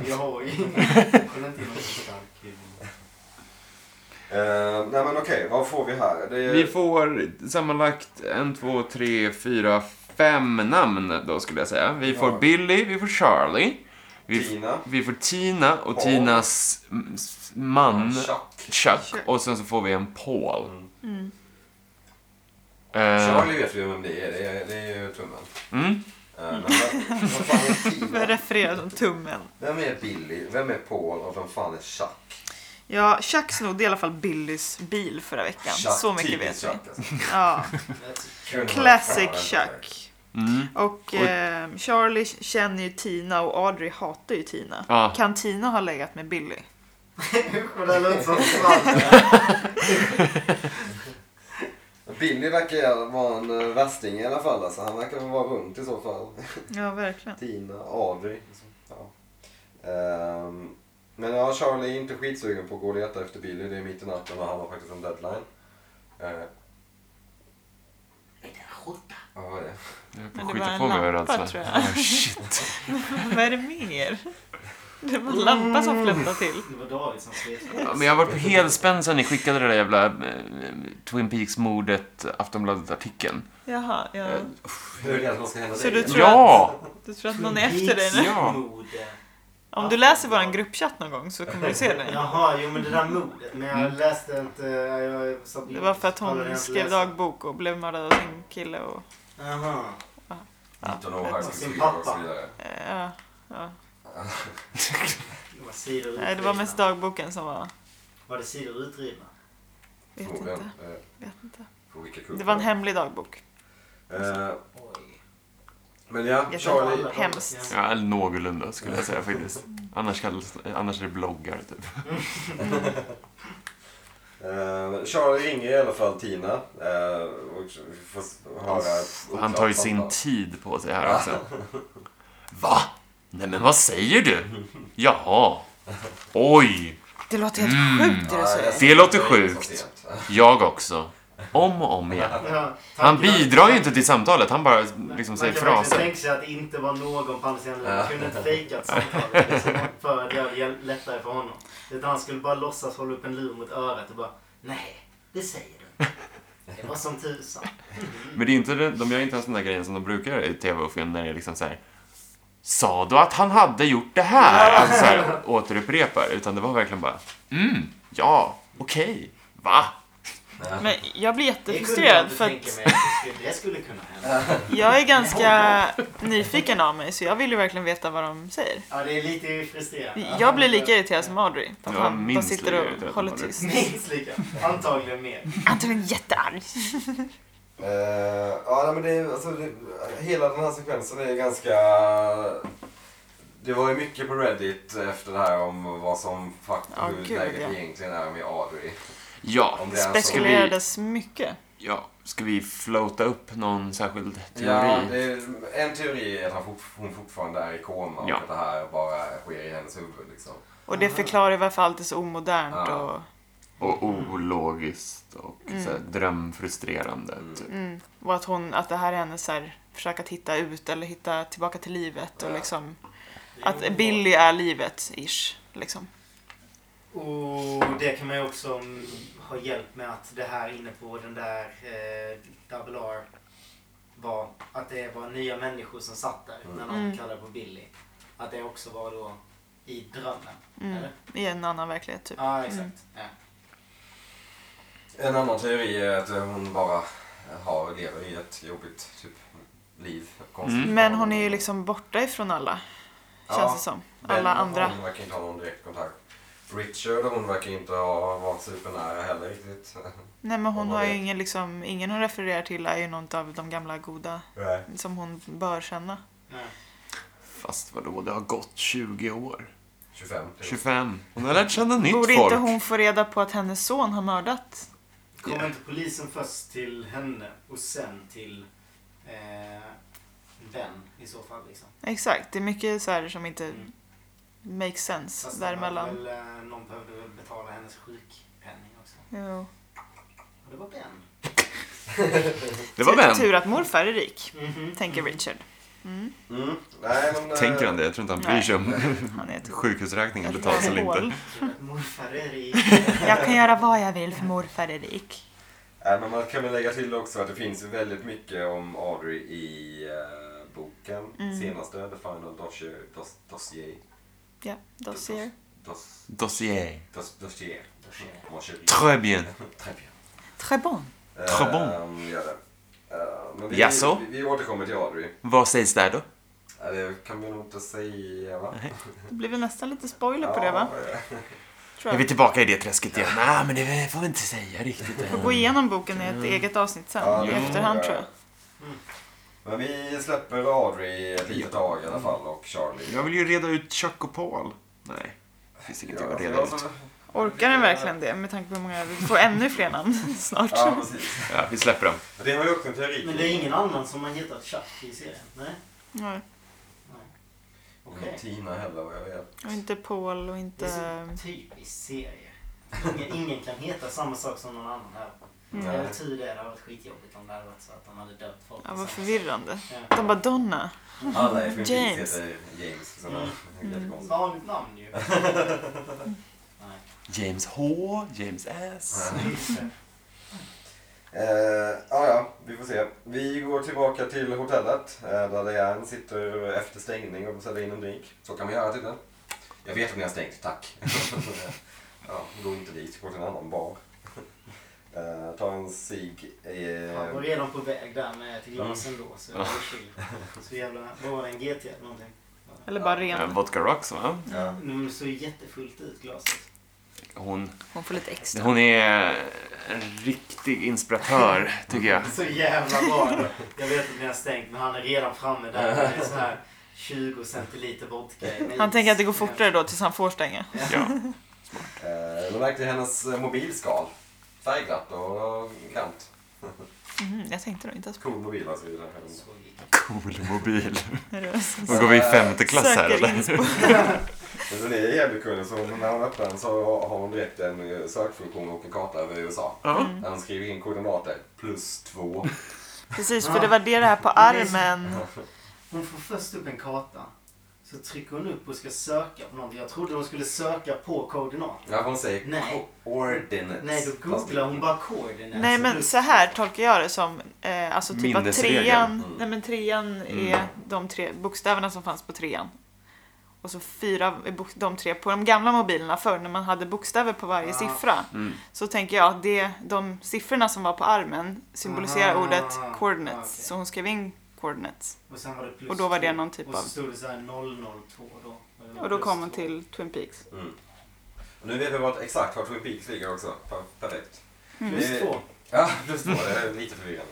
S2: jag har ju
S4: [LAUGHS]
S2: ingen. Kolla inte in någon stark
S1: Eh, nej men okej, vad får vi här? Det är,
S4: Vi får sammanlagt en, två, tre, fyra, fem namn då skulle jag säga. Vi
S1: Ja.
S4: får Billy, vi får Charlie. Vi, f-
S1: Tina,
S4: vi får Tina och
S1: Paul.
S4: Tinas m- s- man
S1: Chuck.
S4: Chuck. Och sen så får vi en Paul.
S1: Mm.
S3: Mm.
S4: Eh,
S1: Charlie vet vi vem det är, det är, det är ju tummen.
S4: Mm.
S1: Eh, men vad, vad fan är
S3: Jag
S1: Tina?
S3: refererar som tummen.
S1: Vem är Billy? Vem är Paul? Och vem fan är Chuck?
S3: Ja, Chuck snodde i alla fall Billys bil förra veckan. Så mycket vet vi.
S1: alltså.
S3: Ja. Classic Chuck.
S4: Mm.
S3: Och eh, Charlie känner ju Tina och Audrey hatar ju Tina.
S4: Ja.
S3: Kan Tina ha legat med Billy?
S2: Usch vad det låter som svamp.
S1: Billy verkar vara en eh, värsting i alla fall. Alltså, han verkar vara runt i så fall.
S3: Ja, verkligen.
S1: Tina, Audrey. liksom. Ja. Ehm, men ja, Charlie är inte skitsugen på att gå och leta efter Billy. Det är mitt i natten och han har faktiskt en deadline. Uh,
S2: Är det en skjorta?
S1: vad var det?
S4: Jag
S3: Men
S4: får
S3: det var
S4: skjuta
S3: en
S4: på mig
S3: lampa,
S4: överallt. så här.
S3: tror jag.
S4: Ah, shit.
S3: [LAUGHS] Vad är det mer? Det var en lampa som flämtade till.
S2: Det var David som slet.
S4: Ja, men jag har
S3: [LAUGHS]
S4: varit på helspänn sen ni skickade det där jävla eh, Twin Peaks-mordet, Aftonbladet-artikeln.
S3: Jaha, ja.
S4: Eh,
S1: Det är det som ska hända
S3: Så
S1: dig
S3: du
S1: igen.
S3: tror-
S4: Ja!
S3: Du tror att någon är efter dig nu?
S4: Ja.
S2: Mode.
S3: Om du läser våran gruppchatt någon gång så kommer du se den.
S2: Jaha, jo men det där modet. Men jag
S4: Mm.
S2: läste inte... Jag satt
S3: Det var för att
S2: kollade
S3: hon
S2: inte
S3: skrev
S2: läsa.
S3: dagbok och blev mördad av sin kille och...
S2: Jaha.
S1: 19 år high school
S2: Sin
S1: sweetheart och så
S2: pappa.
S1: vidare.
S3: eh, Ja. ja.
S2: Det var sidor.
S3: Nej, det var mest dagboken som var
S2: Var det sidor utrivna?
S3: Vet
S1: Frågan.
S3: inte.
S1: eh,
S3: Vet inte.
S1: Från vilka kunder?
S3: Det var en hemlig dagbok.
S1: Eh,
S2: Oj.
S1: men ja,
S3: Jag tror
S1: Charlie.
S3: alla- Hemskt.
S4: Ja, eller någorlunda skulle jag säga faktiskt. Annars, kallas, annars är det bloggar typ.
S1: Eh, Charlie ringer i alla fall Tina. Eh, och vi får höra ett
S4: Han tar ju
S1: oklart
S4: sin
S1: samtal.
S4: tid på sig här också. Va? Nej men vad säger du? Jaha. Oj.
S3: Det låter
S4: Mm.
S3: helt sjukt det du
S1: Ja, jag
S3: säger.
S1: ser
S4: Det låter
S1: inte det är så
S4: sjukt.
S1: sent.
S4: Jag också. Om och om igen.
S2: Ja,
S4: Han
S2: tanken-
S4: bidrar ju inte till samtalet, han bara liksom säger
S2: Man kan faktiskt
S4: fraser.
S2: tänka sig att det inte var någon på andra sidan luren. Han kunde inte fejka ett samtal liksom, [LAUGHS] för att göra det hjäl- lättare för honom. Utan han skulle bara låtsas hålla upp en lur mot örat och bara Nej, det säger du inte." Det var som tusan.
S4: Men det är inte, den- de gör inte ens den där grejen som de brukar göra i tv och film när det är liksom så här. Sa du att han hade gjort det här? Alltså så här återupprepar. Utan det var verkligen bara. Mm, ja, okej, va?
S3: Men jag blir
S2: Det kunde jag
S3: jättefrustrerad
S2: inte
S3: för
S2: tänka
S3: att
S2: mig att det skulle, det skulle kunna hända.
S3: jag är ganska nyfiken av mig så jag vill ju verkligen veta vad de säger.
S2: Ja, det är lite frustrerande.
S3: Jag blir lika irriterad som Audrey. För att
S4: Ja,
S3: han bara
S4: minst
S3: sitter
S4: lika irriterad
S3: och
S4: som
S3: håller
S4: Audrey.
S2: [LAUGHS]
S3: tyst.
S2: Minst lika. Antagligen mer.
S3: Antagligen jättearg.
S1: Eh, ja, nej, men det, är- alltså, det, hela den här sekvensen är ganska... Det var ju mycket på Reddit efter det här om vad som faktiskt
S3: Ja,
S1: hur
S3: gud,
S1: läget
S3: ja.
S1: egentligen är med Audrey.
S4: Ja,
S1: Om det är alltså- så.
S3: Spekulerades mycket.
S4: ja. Ska vi floata upp någon särskild teori?
S1: Ja, det är, en teori är att han fort, hon fortfarande är i koma
S4: Ja.
S1: och att det här bara sker i hennes huvud. Liksom.
S3: Och det förklarar varför allt är så omodernt
S1: Ja.
S3: och,
S4: Och ologiskt och så
S1: Mm.
S4: här, drömfrustrerande. Typ.
S3: mm, och att, hon, att det här är hennes så här, försök att hitta ut eller hitta tillbaka till livet och
S1: Ja.
S3: liksom att Billy är livet, ish. Liksom.
S2: Och det kan man ju också mm, ha hjälp med att det här inne på den där eh, Double R var att det var nya människor som satt där när någon
S3: Mm.
S2: kallade på Billy. Att det också var då i drömmen.
S3: Mm.
S2: Eller?
S3: I en annan verklighet typ.
S2: Ja, exakt. Ja.
S1: En annan teori är att hon bara har, lever i ett jobbigt typ, liv. konstigt.
S4: Mm.
S3: Men hon är ju liksom borta ifrån alla. Känns
S1: Mm. Ja,
S3: det som.
S1: Ben,
S3: Alla andra.
S1: Hon verkar inte ha någon direkt kontakt. Richard, hon verkar inte ha varit supernära heller
S4: [LAUGHS]
S1: riktigt.
S3: Nej men hon
S1: man
S3: har ju
S1: vet.
S3: ingen liksom, ingen hon refererar till är ju någon av de gamla goda
S1: Nej.
S3: som hon bör känna.
S2: Ja.
S4: Fast vadå, det har gått 20 år.
S1: 25. typ.
S4: 25. Hon har lärt känna nytt
S3: Borde
S4: folk.
S3: inte hon få reda på att hennes son har mördat?
S2: Kom inte polisen först till henne och sen till eh, Ben i så fall? Liksom.
S3: Exakt, det är mycket så här som inte
S2: Mm.
S3: makes sense
S2: Fast det var
S3: däremellan.
S2: Väl, eh, någon behövde väl betala hennes sjukpenning också.
S3: Jo.
S2: Och det var Ben.
S4: Det var
S3: Tur-
S4: vem?
S3: Tur att morfar är rik,
S2: Mhm.
S3: tänker Richard.
S1: Mm. Nej, men, eh,
S4: [LAUGHS] Tänker han det? Jag tror inte han bryr sig om
S3: Han är typ ett
S4: [LAUGHS] sjukhusräkningen
S3: ett
S4: betalas eller
S3: hål.
S4: inte.
S2: Tror att Morfar är rik.
S3: Jag kan göra vad jag vill för morfar är rik.
S1: eh, Nej, men man kan väl lägga till också att det finns ju väldigt mycket om Audrey i eh, boken.
S3: Mm.
S1: Senaste, The Final Dossier. Dos, dossier.
S3: Ja, då ser.
S1: Dos,
S4: Dossier.
S1: dos, dossier. Dossier.
S4: Très bien.
S1: Très bien.
S3: Très bon.
S1: Eh,
S4: bon.
S1: gör det. Eh, men vi,
S4: Jaså?
S1: vi, vi återkommer till Audrey.
S4: Vad sägs där då?
S1: Eh, Det kan vi nog inte säga va?
S3: Det blir väl nästan lite spoiler på det va?
S1: Ja, eh,
S3: Tror
S4: Är
S3: jag.
S4: vi tillbaka i det träsket igen? Nej, men det får vi inte säga riktigt
S3: Vi får
S4: än.
S3: gå igenom boken i ett
S4: Mm.
S3: eget avsnitt
S1: Ja,
S3: sen, i
S1: det får vi
S3: efterhand
S1: göra.
S3: tror jag.
S1: Men vi släpper Audrey ett litet tag i alla fall och Charlie.
S4: Jag vill ju reda ut Chuck och Paul. Nej, det finns inget
S1: Ja,
S4: att
S1: alltså,
S4: reda ut.
S3: Orkar den verkligen det med tanke på hur många, vi får ännu fler namn [LAUGHS] snart.
S1: [LAUGHS] Ja, precis.
S4: Ja, vi släpper dem.
S1: Men Det var ju också en teori.
S2: Men det är ingen annan som har hittat Chuck i serien? Nej?
S3: Nej,
S1: Okej.
S2: Okej.
S1: Tina heller vad jag vet.
S3: och inte Paul och
S2: Mm. Det
S3: inte...
S2: är så typiskt serie. [LAUGHS] Ingen, ingen kan heta samma sak som någon annan här. Det är
S1: Nej.
S2: väl tur det. Det hade varit skitjobbigt om det hade varit så att de hade döpt folk.
S3: Ja, vad
S2: tillsammans.
S3: förvirrande.
S2: Ja.
S3: De bara Donna.
S1: Alla i Twin Peaks
S3: James.
S1: heter James. Så det är
S2: Mm.
S1: jättekonstigt.
S2: Vanligt namn [LAUGHS] ju. Nej.
S4: James H, James S.
S2: Mm.
S1: Eh, ja, ja, vi får se. Vi går tillbaka till hotellet eh, där Diane sitter efter stängning och beställer in en drink. Så kan vi göra tydligen. Jag vet att ni har stängt, tack. [LAUGHS] ja, gå inte dit, gå till en annan bar. [LAUGHS] Eh, ta en cigg.
S2: Han var
S1: Eh,
S2: redan på väg där med till glasen då. Så, det var chill. så jävla... Vad var det? En GT eller någonting?
S3: Eller bara
S4: Eh,
S3: ren.
S4: Vodka Rocks, va?
S1: ja.
S2: Men det såg jättefullt ut glaset.
S4: Hon,
S3: Hon får lite extra.
S4: hon är en riktig inspiratör, tycker jag.
S2: [LAUGHS] Så jävla bra. Jag vet att ni har stängt men han är redan framme där med en sån här 20 centiliter vodka. i en
S3: Han
S2: is.
S3: tänker att det går fortare då tills han får stänga.
S4: Ja.
S1: Eh, De märkte hennes eh, mobilskal. Färgglatt och grant.
S3: Mhm, jag tänkte nog inte ens på
S1: Cool mobil och så vidare.
S4: Cool mobil.
S3: det. Det var-
S4: Nu går vi i femte klass här,
S3: Söker
S4: eller?
S3: inspo.
S1: Men den är jävligt kul. Så när hon öppnar den så har hon direkt en eh, sökfunktion och en karta över USA.
S4: Ja.
S3: Mm.
S2: Mm.
S1: Där hon skriver in koordinater. Plus två.
S3: Precis, för det var det det här på armen.
S2: Hon får först upp en karta. Så trycker hon upp och ska söka på någonting. Jag trodde hon skulle söka på koordinater.
S1: Ja, hon säger
S2: Nej.
S1: coordinates.
S2: Nej, då googlar hon bara koordinater.
S3: Nej men så här tolkar jag det som, eh, alltså typ att
S4: Minnesregeln.
S3: trean,
S1: Mm.
S3: nej men trean är de tre bokstäverna som fanns på trean. Och så fyra är bok, de tre på de gamla mobilerna förr när man hade bokstäver på varje
S2: Ah.
S3: siffra.
S4: Mm.
S3: Så tänker jag att det, de siffrorna som var på armen symboliserar
S2: Ah,
S3: ordet coordinates.
S2: okej.
S3: Så hon skrev in coordinates.
S2: Och, sen var det plus
S3: Och då var det
S2: två.
S3: någon typ
S2: Och så
S3: av-
S2: stod det så här 002 då.
S3: Och då
S2: Plus
S3: kom hon
S2: två.
S3: till Twin Peaks.
S1: Och nu vet vi vart, exakt var Twin Peaks ligger också. Per- Perfekt.
S2: Plus
S3: Mm.
S1: Eh,
S2: två.
S1: Ja, [LAUGHS] plus två. Det är lite förvirrande.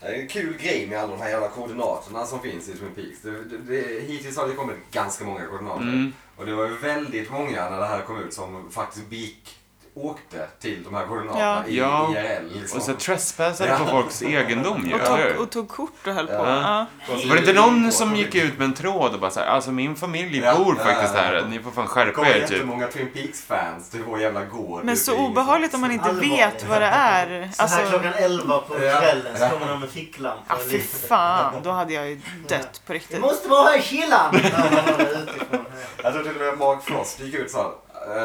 S1: Det är en kul grej med alla de här jävla koordinaterna som finns i Twin Peaks. Det, det, det, hittills har det kommit ganska många koordinater.
S4: Mm.
S1: Och det var ju väldigt många när det här kom ut som faktiskt gick, åkte till de här
S3: Ja.
S1: koordinaterna i
S4: Ja.
S1: IRL. Liksom.
S4: Och så trespassade på folks egendom ju,
S3: Och
S4: eller hur?
S3: tog, och tog kort och höll på.
S4: Ja.
S3: Ja.
S4: Var det inte någon som gick ut med en tråd och bara så här, alltså min familj
S1: Ja,
S4: bor
S1: ja,
S4: faktiskt
S1: ja, ja.
S4: här, ni får fan
S1: Det
S4: skärpa
S1: kommer
S4: er typ.
S1: jättemånga Twin Peaks-fans till vår jävla gård.
S3: Men
S1: ute i
S3: så
S1: Ingenstans.
S3: obehagligt om man inte
S2: Allvarligt.
S3: vet vad det är.
S2: Så här
S3: Alltså,
S2: klockan 11 på
S1: Ja.
S2: kvällen så kommer de med ficklampa.
S3: ja,
S2: och
S3: fy
S2: lyser.
S3: fan, då hade jag ju dött på
S2: Det
S3: riktigt.
S2: måste vara här i kylan! Ja, man hör det utifrån.
S1: Jag tror till och med Mark Frost gick ut såhär.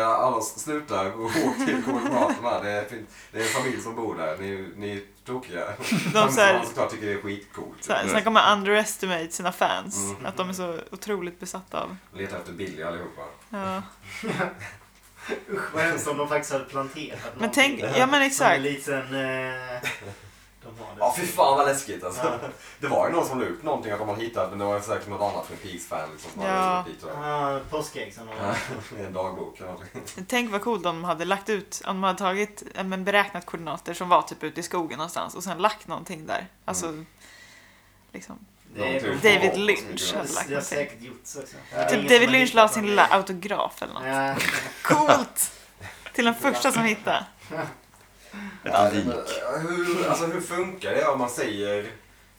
S1: Alla sluta gå till koordinaterna. Det är, fin- det är en familj som bor där. Ni, ni är tokiga.
S3: De så här-
S1: som såklart tycker det är skitcoolt.
S3: Så här, snackar man underestimate sina fans.
S2: Mm.
S3: Att de är så otroligt besatta av.
S1: Letar efter Billy allihopa.
S2: Mm.
S3: Ja.
S2: Usch vad hemskt om de faktiskt hade planterat
S3: Men
S2: någonting.
S3: tänk, ja men
S2: Som en
S3: exakt.
S2: liten... Eh, de har det.
S1: Ja fy fan vad läskigt alltså.
S2: Ja.
S1: Det var ju någon som la upp någonting att de hade hittat men det var säkert något annat från Peaks-fan liksom. som hade
S3: Ja.
S1: gått dit och-
S2: Ah, Påskägg som de har.
S1: I en dagbok eller någonting.
S3: Tänk vad coolt om de hade lagt ut, om de hade tagit, ja, men beräknat koordinater som var typ ute i skogen någonstans och sen lagt någonting där. Alltså,
S2: Mm.
S3: liksom.
S2: Det är-
S1: Någonting.
S3: David Lynch hade lagt
S2: Det har
S3: någonting.
S2: säkert gjorts också. liksom
S3: Typ David Lynch la sin lilla autograf eller något.
S2: Ja, [LAUGHS]
S3: Coolt! Till den första som hittade.
S1: Ja, men, eh, hur, alltså, hur funkar det om man säger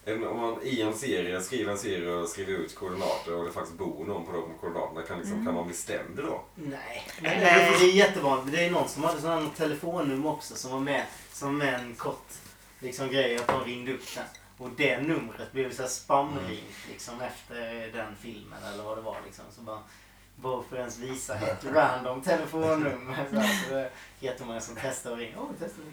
S1: en, om man i en serie skriver en serie och skriver ut koordinater och det faktiskt bor någon på de koordinaterna kan, liksom,
S3: Mm.
S1: kan man bli stämd då?
S2: Nej.
S3: Nej.
S2: Nej. Det är jättevanligt. Det är någon som hade sån här telefonnummer också som var med som var med en kort liksom, grej att de ringde upp den. Och det numret blev så här spamringt liksom, efter den filmen eller vad det var. Liksom. Så bara, varför ens visa ett random [LAUGHS] telefonnummer? Så här, så det är jättemånga som testar och ringer. Åh, testa att ringa.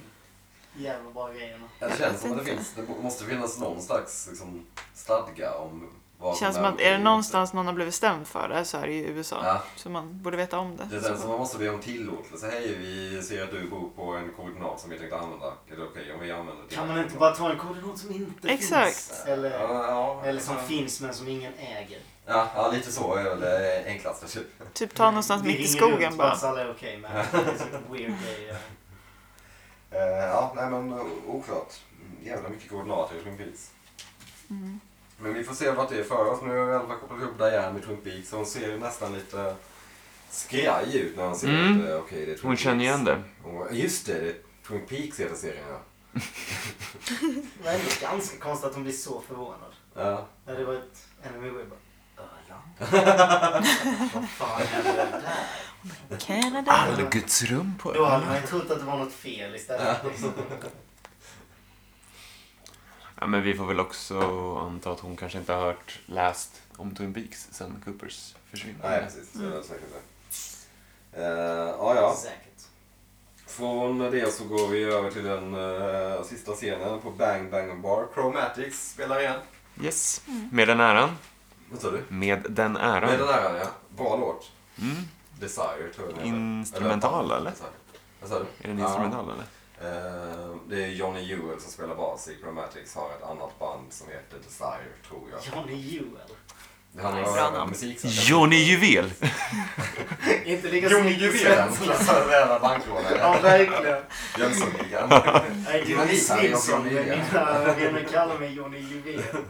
S2: Jävla bra grejer.
S1: Det känns som att det
S3: inte.
S1: finns, det måste finnas någon slags liksom, stadga om vad
S3: Känns
S1: som
S3: som att är det någonstans någon har blivit stämd för det så är det ju i USA.
S1: Ja.
S3: Så man borde veta om
S1: Det
S3: det.
S1: känns som man måste be om tillåtelse. Hej, vi ser att du bor på en koordinat som vi tänkte använda. Är det okej om vi använder det?
S2: Kan man inte bara ta en koordinat som inte finns?
S3: Exakt.
S1: Ja,
S2: Eller,
S1: ja,
S2: eller som
S1: ja.
S2: finns men som ingen äger.
S1: Ja, ja, lite så är väl det enklaste. Typ.
S3: Typ ta någonstans
S2: Vi
S3: mitt i
S2: ringer
S3: skogen
S2: runt,
S3: bara.
S2: hoppas alla är okej med det. Det är så weird grej. ja.
S1: Eh, ja, nej men eh, oklart. Mm, Jävla mycket koordinater i Twin Peaks.
S3: Mm.
S1: Men vi får se vart det är för oss. Nu har vi i alla fall kopplat ihop Diane med Twin Peaks. Hon ser ju nästan lite skraj ut när hon ser
S4: Mm.
S1: att eh, okej, det är Twin
S4: Hon känner igen det.
S1: Och, just det, det är Twin Peaks heter serien ja.
S2: Det är ändå ganska konstigt att hon blir så förvånad.
S1: Ja.
S2: När det var ett enemy way bara... [LAUGHS] Öland? Vad fan hände där?
S3: Canada.
S4: Guds rum på
S2: Då hade man ju trott att det var något fel istället. Liksom.
S4: Ja, men vi får väl också anta att hon kanske inte har hört, läst om Twin Peaks sen Coopers
S1: Nej,
S4: försvinnande.
S1: precis. Det är säkert det. Eh, ja, ja.
S2: Säkert.
S1: Från det så går vi över till den eh, sista scenen på Bang Bang Bar. Chromatics spelar igen.
S4: Yes.
S3: Mm.
S4: Med den äran.
S1: Vad sa du?
S4: Med
S1: Med
S4: den
S1: den
S4: äran.
S1: här ja. Bra låt.
S4: Mm.
S1: Desire tror jag den heter.
S4: Instrumental, eller?
S1: Desire. Vad sa du?
S4: Är den instrumental eller?
S1: Ja. Eh, det är Johnny Ewell som spelar bas i Chromatics. Har ett annat band som heter Desire tror jag.
S2: Johnny Ewell.
S1: Det handlar
S3: Bra
S1: om
S3: namn.
S1: musik.
S4: Johnny Juvel!
S2: Inte lika
S1: Ljungbyligan.
S6: Alltså röda bankrånare.
S2: Ja, verkligen.
S6: Jönssonligan.
S2: Nej, Johnny
S6: Johnny Sarri och
S2: Stinson.
S6: Johnny Juvén.
S2: Mina vänner kallar mig Johnny Juvér.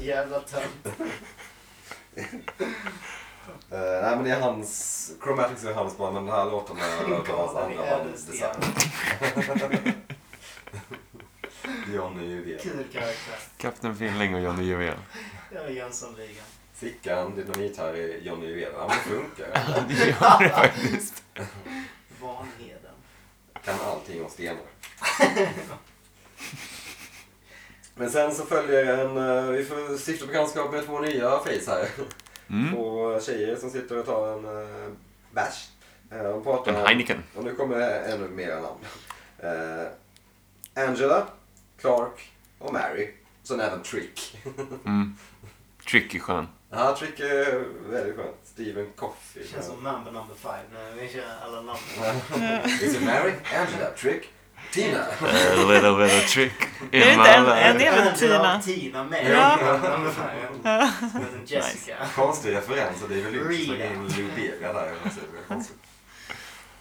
S2: Jävla tönt.
S1: Eh, nej men det är hans, Chromatics är hans band men den här låten är av hans andra bands design. [LAUGHS] Johnny Juvén.
S2: Kul karaktär.
S4: Kapten Filling och
S1: [LAUGHS]
S4: Johnny Juvel.
S2: Jag är Jönssonligen.
S1: Sickan, dynamit här är Johnny Juvén. Ja men det funkar.
S4: Det gör det faktiskt.
S2: Vanheden.
S1: Kan allting om stenar. Men sen så följer en, eh, vi får stifta bekantskap med två nya face här.
S4: Mm.
S1: Två tjejer som sitter och tar en uh, bash. Eh, de
S4: En
S1: pratar om,
S4: Heineken.
S1: och nu kommer ännu mer namn. Eh, Angela, Clark och Mary. Sen även Trick.
S4: Mm. Tricky skön.
S1: Ja, Trick är väldigt skönt. Steven Coffey.
S2: Det känns som Mamba number five när vi kör alla namn.
S1: [LAUGHS] Is it Mary, Angela, Trick, Tina?
S4: A little little
S3: [LAUGHS]
S4: trick
S3: Det är
S4: in my
S3: inte en- en
S4: life.
S3: del. väl
S2: Angela
S3: Tina?
S2: och Tina med.
S3: Ja.
S2: Mamba number five. Som heter Jessica.
S1: Konstig referens och det är väl lyx.
S2: Rita.
S1: Slänga in Luberia där. eller något sånt. Det är konstigt.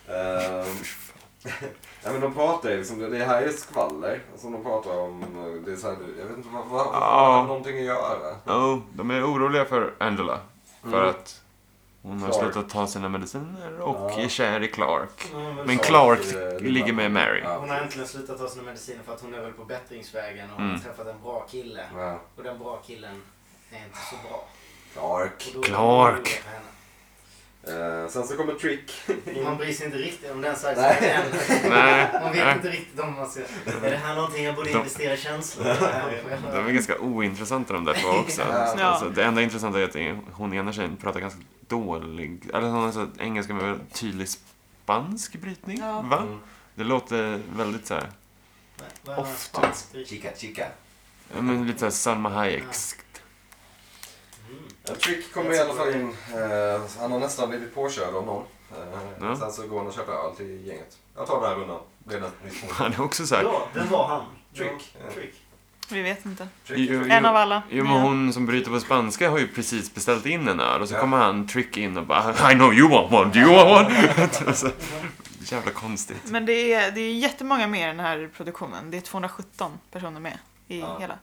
S1: Ehm, [LAUGHS] Nej men de pratar ju liksom, det här är ju skvaller som de pratar om. eh, Det är så här, jag vet inte vad, vad, vad
S4: Ja.
S1: har det någonting att göra?
S4: Jo, Oh, de är oroliga för Angela. För
S1: Mm.
S4: att hon har
S1: Clark.
S4: slutat ta sina mediciner och
S1: Ja.
S4: är kär i Clark. [LAUGHS]
S2: Hon har väl-
S4: Men
S1: Clark,
S4: Clark
S1: eh,
S4: ligger med Mary.
S1: Ja.
S2: Hon har äntligen slutat ta sina mediciner för att hon är väl på bättringsvägen och har
S4: Mm.
S2: träffat en bra kille.
S1: Ja,
S2: Och den bra killen är inte så bra.
S1: Clark.
S2: Och då är
S4: Clark.
S2: hon orolig för henne.
S1: Eh, sen så kommer Trick.
S2: Man bryr sig inte riktigt om den saken
S1: Nej.
S2: än.
S4: Nej,
S2: Man vet inte riktigt om man ska... Är det här någonting jag borde
S4: De-
S2: investera känslor
S4: de är
S2: i?
S4: ganska ointressanta de där två också.
S1: Ja.
S4: Alltså, det enda intressanta är att det- hon ena tjejen pratar ganska dålig, eller hon har så här engelska med väldigt tydlig spansk brytning.
S3: Ja.
S4: Va?
S1: Mm.
S4: Det låter väldigt så här,
S2: Vad är det här?
S4: Ofta.
S2: Spansk gris?
S6: Chica chica.
S4: ja, men lite så här Salma Hayekskt.
S2: Mm.
S1: Ja, Eh, Trick kommer i alla fall in. Eh, han har nästan blivit påkörd av någon. Eh,
S4: Ja.
S1: Sen så går han och köper öl till gänget. Jag tar den här rundan. Blir nästan nytt
S4: [LAUGHS]
S1: mål.
S4: [LAUGHS] Han är också så här,
S2: Ja, det var han.
S1: Trick.
S2: Ja, Trick.
S3: Vi vet inte.
S1: Trick.
S4: Jo,
S3: En av alla.
S4: Jo, men hon som bryter på spanska har ju precis beställt in en öl och så
S1: Ja.
S4: kommer han trick in och bara I know you want one, do you want one? [LAUGHS] alltså, jävla konstigt.
S3: Men det är, det är jättemånga med i den här produktionen. Det är 217 personer med i
S1: Ja.
S3: hela.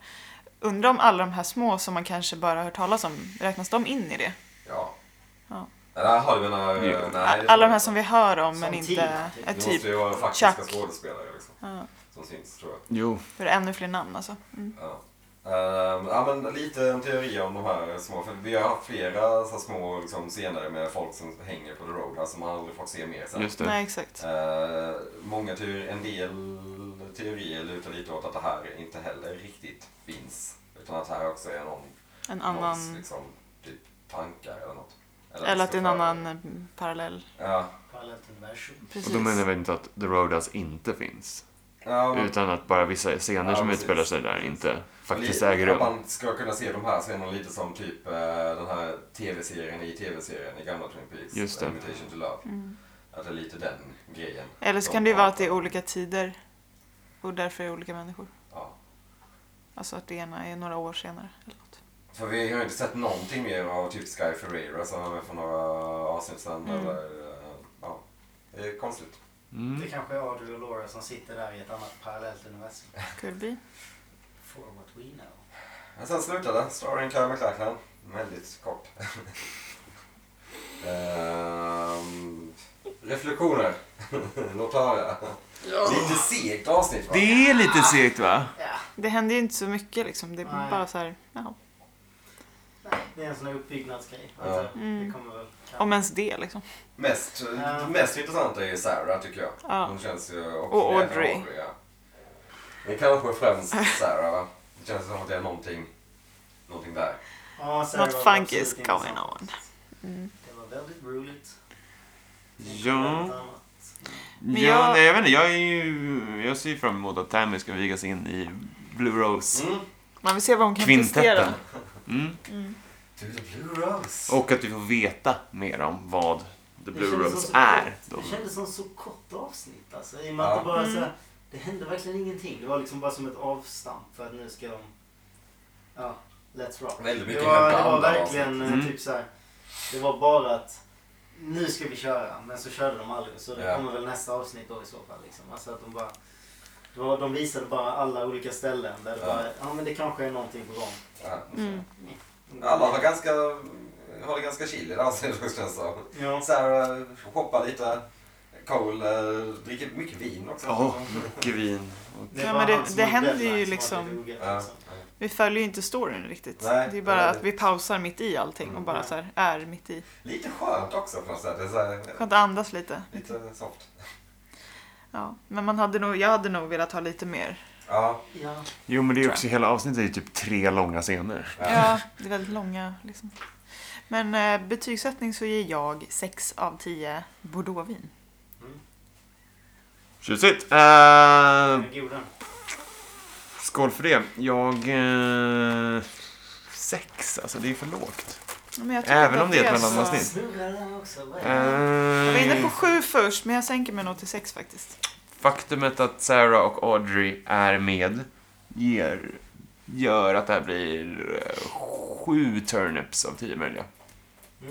S3: Undrar om alla de här små som man kanske bara har hört talas om, räknas de in i det?
S1: Ja.
S3: Ja.
S1: Nej, det här har du menar...
S4: Jo.
S1: Nej, det tror
S3: alla de
S1: jag
S3: här
S1: inte.
S3: som vi hör om
S2: Som
S3: men
S2: team,
S3: inte...
S2: typ.
S3: Ja,
S1: Det måste
S3: typ.
S1: ju vara faktiska
S3: Chuck.
S1: skådespelare liksom,
S3: Ja,
S1: som syns tror jag.
S4: Jo,
S3: för ännu fler namn alltså. Mm.
S1: Ja. Ehm, ja, men lite en teori om de här små, för vi har haft flera så här små liksom, scener med folk som hänger på The Road här som man aldrig fått se mer sen.
S4: just det.
S3: Nej, exakt.
S1: Ehm, många teorier, en del teorier lutar lite åt att det här inte heller riktigt finns. Utan att det här också är någon,
S3: En
S1: någons
S3: annan...
S1: liksom, typ, tankar eller något.
S3: Eller att det är en
S1: ska-
S3: annan eh, parallell.
S1: Ja,
S2: Parallellt universum.
S4: Och
S3: Precis.
S4: då menar vi inte att The Roadhouse inte finns.
S1: ja men-
S4: Utan att bara vissa scener
S1: Ja,
S4: som
S1: precis.
S4: utspelar sig där inte faktiskt
S1: Li-
S4: äger rum.
S1: Att man ska kunna se de här scenerna lite som typ eh, den här tv-serien i tv-serien i gamla Twin Peaks.
S4: Just det.
S1: Invitation to Love.
S3: Mm.
S1: Att det är Alltså, lite den grejen.
S3: Eller så
S1: De
S3: kan det ju vara att det
S1: pratar.
S3: är olika tider och därför är det olika människor.
S1: Ja.
S3: Alltså att det ena är några år senare. Eller något.
S1: För vi har ju inte sett någonting mer av typ Sky Ferreira som var med för några avsnitt sedan.
S3: Mm.
S1: Eller, eh, ja. Det är konstigt.
S4: Mm.
S2: Det kanske är Audrey och Laura som sitter där i ett annat parallellt universum.
S3: Could be.
S2: For what we know.
S1: Men sen slutade storyn Kyle MacLachlan. Väldigt
S3: [LAUGHS]
S1: kort. Ehm, reflektioner. [LAUGHS] Låt höra. Lite segt avsnitt va?
S4: Det är lite segt va?
S2: Ja,
S3: Det händer ju inte så mycket liksom. Det är
S2: Nej.
S3: bara så här, ja.
S2: det är en sån här uppbyggnadsgrej. Alltså,
S1: Ja.
S2: Det
S3: Mm.
S2: kommer väl...
S3: Om ens det liksom.
S1: Mest,
S2: Ja.
S1: mest intressant är ju Sarah tycker jag.
S3: Ja.
S1: Hon känns ju...
S3: Och
S1: även
S3: Audrey.
S1: ja. Men kanske främst Sarah va? Det känns som att det är någonting, någonting där.
S2: Ja, Sarah
S3: Något
S2: var
S3: funk
S2: absolut
S3: is going
S2: intressant.
S3: on. Mm.
S2: Det var väldigt roligt.
S4: Ja,
S3: Men
S4: ja
S3: jag-
S4: nej, jag vet inte. Jag, är ju, jag ser ju fram emot att Tammy ska vigas in i Blue Rose.
S1: Mm.
S3: Man vill se vad hon kan prestera.
S4: Kvintetten. Mm.
S3: Mm.
S1: To the blue rose.
S4: Och att vi får veta mer om vad The
S2: Det
S4: Blue
S2: kändes
S4: Rose
S2: som så
S4: är.
S2: kort.
S4: Då.
S2: Det kändes som så kort avsnitt alltså. I och med att
S1: Ja.
S2: det bara
S3: Mm.
S2: så här, Det hände verkligen ingenting. Det var liksom bara som ett avstamp för att nu ska de... Ja, let's rock.
S1: Väldigt mycket
S2: det var,
S1: hände
S2: det var
S3: Mm.
S1: andra
S2: verkligen
S4: avsnitt.
S2: eh, typ så här. Det var bara att nu ska vi köra. Men så körde de aldrig. Så det
S1: Ja.
S2: kommer väl nästa avsnitt då i så fall. Liksom. Alltså att de bara... det var- De visade bara alla olika ställen där det
S1: Ja.
S2: bara, ja men det kanske är någonting på gång.
S1: Ja.
S3: Mm.
S1: Alla har ganska, har det ganska chill i danslivet känns det som.
S2: Ja.
S1: Sarah shoppar lite. Cole eh, dricker mycket vin också.
S4: Åh, mycket vin.
S2: Det
S3: Ja,
S2: var
S3: men det-
S2: han som
S3: det
S2: hade
S3: händer ju
S2: deadline som hade
S3: liksom-
S2: det ogat,
S1: Ja.
S2: liksom.
S3: Vi följer ju inte storyn riktigt.
S1: Nej,
S3: det är bara
S1: nej.
S3: att vi pausar mitt i allting och bara
S2: Mm.
S3: så här är mitt i.
S1: Lite skönt också på något sätt. Det är så här,
S3: Skönt att andas lite.
S1: lite soft.
S3: Ja. Men man hade nog, jag hade nog velat ha lite mer.
S1: Ja,
S2: Ja.
S4: Jo, men det är också hela avsnittet är ju typ tre långa scener.
S3: Ja, det är väldigt långa liksom. Men eh, betygssättning så ger jag 6 av 10 bordeauxvin.
S4: Tjusigt! Eh,
S2: Den är god den.
S4: skål för det. Jag... Eh, sex, alltså det är för lågt.
S3: Ja, men jag tycker
S4: Även
S3: inte
S4: om
S3: att
S4: det är ett
S3: så-
S4: mellanavsnitt.
S2: Snurrar den också? Vad är det?
S3: Jag var inne
S4: Eh,
S3: på 7 först men jag sänker mig nog till 6 faktiskt.
S4: faktumet att Sarah och Audrey är med ger, gör att det här blir eh, sju turnips av tio möjliga.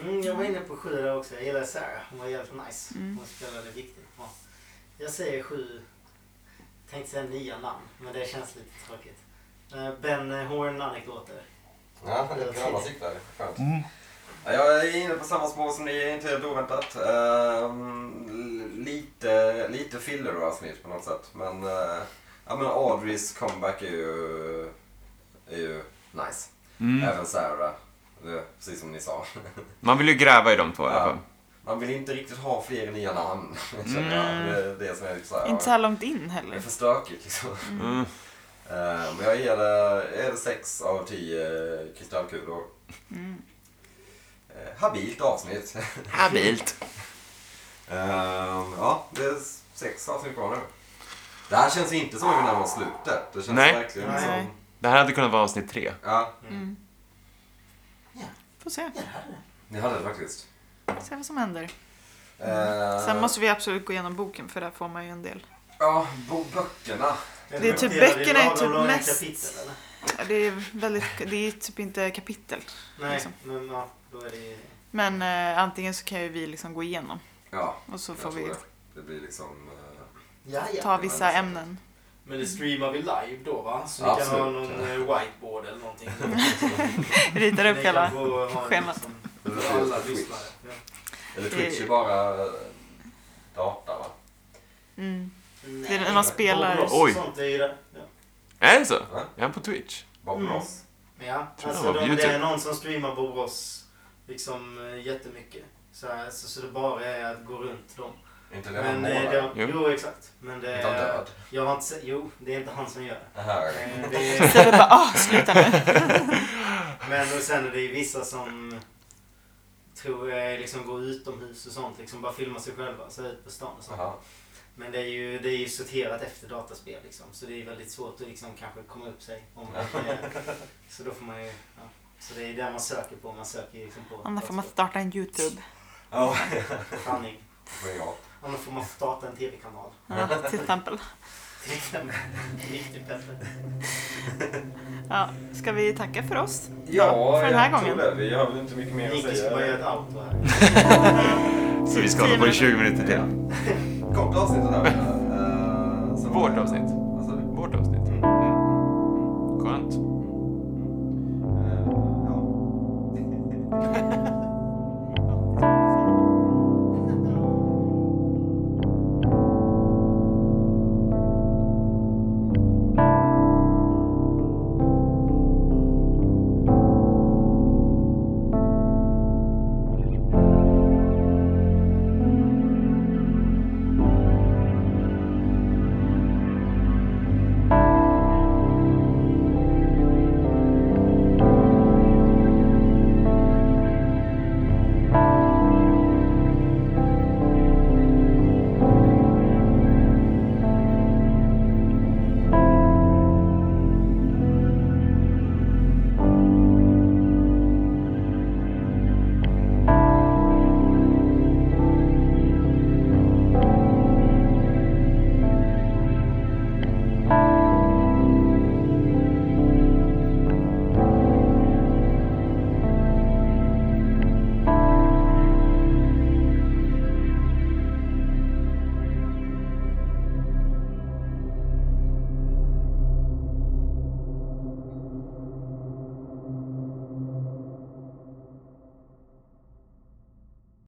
S2: Mm, jag var inne på sju där också. Jag gillar Sarah. Hon var jävligt nice.
S3: Mm.
S2: Hon spelade viktigt bra. Jag säger sju. Tänkte säga nya namn, men det känns lite tråkigt. Eh, Ben Horn-anekdoter.
S1: ja det är alla cyklar. Skönt.
S4: Mm.
S1: Ja, Jag är inne på samma spår som ni, inte helt oväntat. Ehm, lite, lite filler-avsnitt på något sätt. Men, eh, ja, men Audreys comeback är ju, är ju nice. Även Sarah. Det, precis som ni sa.
S4: Man vill ju gräva i de två i alla fall.
S1: Man vill inte riktigt ha fler nya namn. [LAUGHS] känner jag. Det är det som är lite så här,
S3: Inte så här långt in heller.
S1: Det är för stökigt liksom.
S4: Mm.
S1: Eh, Men jag ger det- jag ger det 6 av 10 kristallkulor.
S3: Mm.
S1: Eh, Habilt avsnitt.
S4: Habilt.
S1: Ehm, ja, det är sex avsnitt kvar nu. Det här känns inte som att vi närmar oss slutet. Det känns
S4: Nej.
S1: verkligen
S2: Nej.
S1: som...
S4: Det här hade kunnat vara avsnitt tre.
S1: Ja,
S4: Mm.
S3: Mm. Får se.
S1: ni hade det faktiskt.
S3: Se vad som händer. Mm.
S1: Eh,
S3: Sen måste vi absolut gå igenom boken för där får man ju en del.
S1: Ja, bo- böckerna.
S3: Det är typ-
S2: Delar i
S3: böckerna är
S2: lagom
S3: typ
S2: långa
S3: mest-
S2: Kapitel, eller?
S3: Ja, Det är, väldigt, det är typ inte kapitel.
S2: Nej,
S3: Liksom.
S2: men ja, då är det ju...
S3: Men eh, antingen så kan ju vi liksom gå igenom
S1: Ja,
S3: och så
S1: jag
S3: får
S1: tror
S3: vi
S1: det. Det blir liksom... eh,
S2: Ja, ja.
S3: ta vissa ämnen.
S7: Men det streamar vi live då va? Så vi kan
S1: Absolut.
S7: ha någon eh, whiteboard eller
S3: [LAUGHS]
S7: någonting.
S3: Ritar upp
S2: Ni kan
S3: hela.
S2: få ha en
S3: schemat.
S2: liksom-
S1: det blir
S7: För alla
S1: Twitch.
S7: lyssnare. Ja.
S1: Eller Twitch är bara eh, data va?
S3: Mm.
S2: Nej,
S3: Det är när man spelar.
S2: Bob Ross
S4: Oj.
S2: och Sånt är ju det. Ja.
S4: Är det så?
S1: Ja.
S4: Är han på Twitch?
S1: Bob
S3: Mm.
S1: Ross.
S2: Men Ja,
S4: Tror jag
S2: alltså
S4: var på
S2: de, det
S4: YouTube.
S2: är någon som streamar Bob Ross liksom eh, jättemycket. Så, här, så, så det bara är att gå runt dem.
S1: Inte det han
S2: Men eh,
S1: målar?
S2: det,
S4: Jo.
S2: jo. jo, exakt. Men det
S1: Inte han
S2: är...
S1: död?
S2: Jag har inte sett, jo, det är inte han som gör det.
S1: Det här.
S2: Eh,
S1: [LAUGHS]
S2: det är,
S3: Istället bara, ah, sluta nu.
S2: men och sen är det ju vissa som tror jag liksom går utomhus och sånt. Liksom bara filmar sig själva, så här ut på stan och sånt.
S1: Aha.
S2: Men det är, ju, det är ju sorterat efter dataspel liksom. Så det är väldigt svårt att liksom kanske komma upp sig. Om man, eh, så då får man ju... Ja. Så det är där man söker på. Man söker ju liksom på...
S3: Annars får man starta en YouTube.
S1: Ja,
S2: Sanning.
S1: men ja.
S2: Annars får man starta en tv-kanal.
S3: Ja, till exempel.
S2: Till exempel. Riktigt bättre.
S3: Ja, ska vi tacka för
S4: [LAUGHS]
S3: oss?
S1: Ja,
S3: för den här
S1: jag
S3: gången.
S1: tror det. Vi har väl inte mycket mer
S2: Niki
S1: att
S2: ska bara
S1: säga.
S2: göra ett outro här.
S4: Så vi ska hålla på i 20 minuter till.
S1: Kort avsnitt det här. Eh, så-
S4: Vårt avsnitt. Mm.
S1: Eh,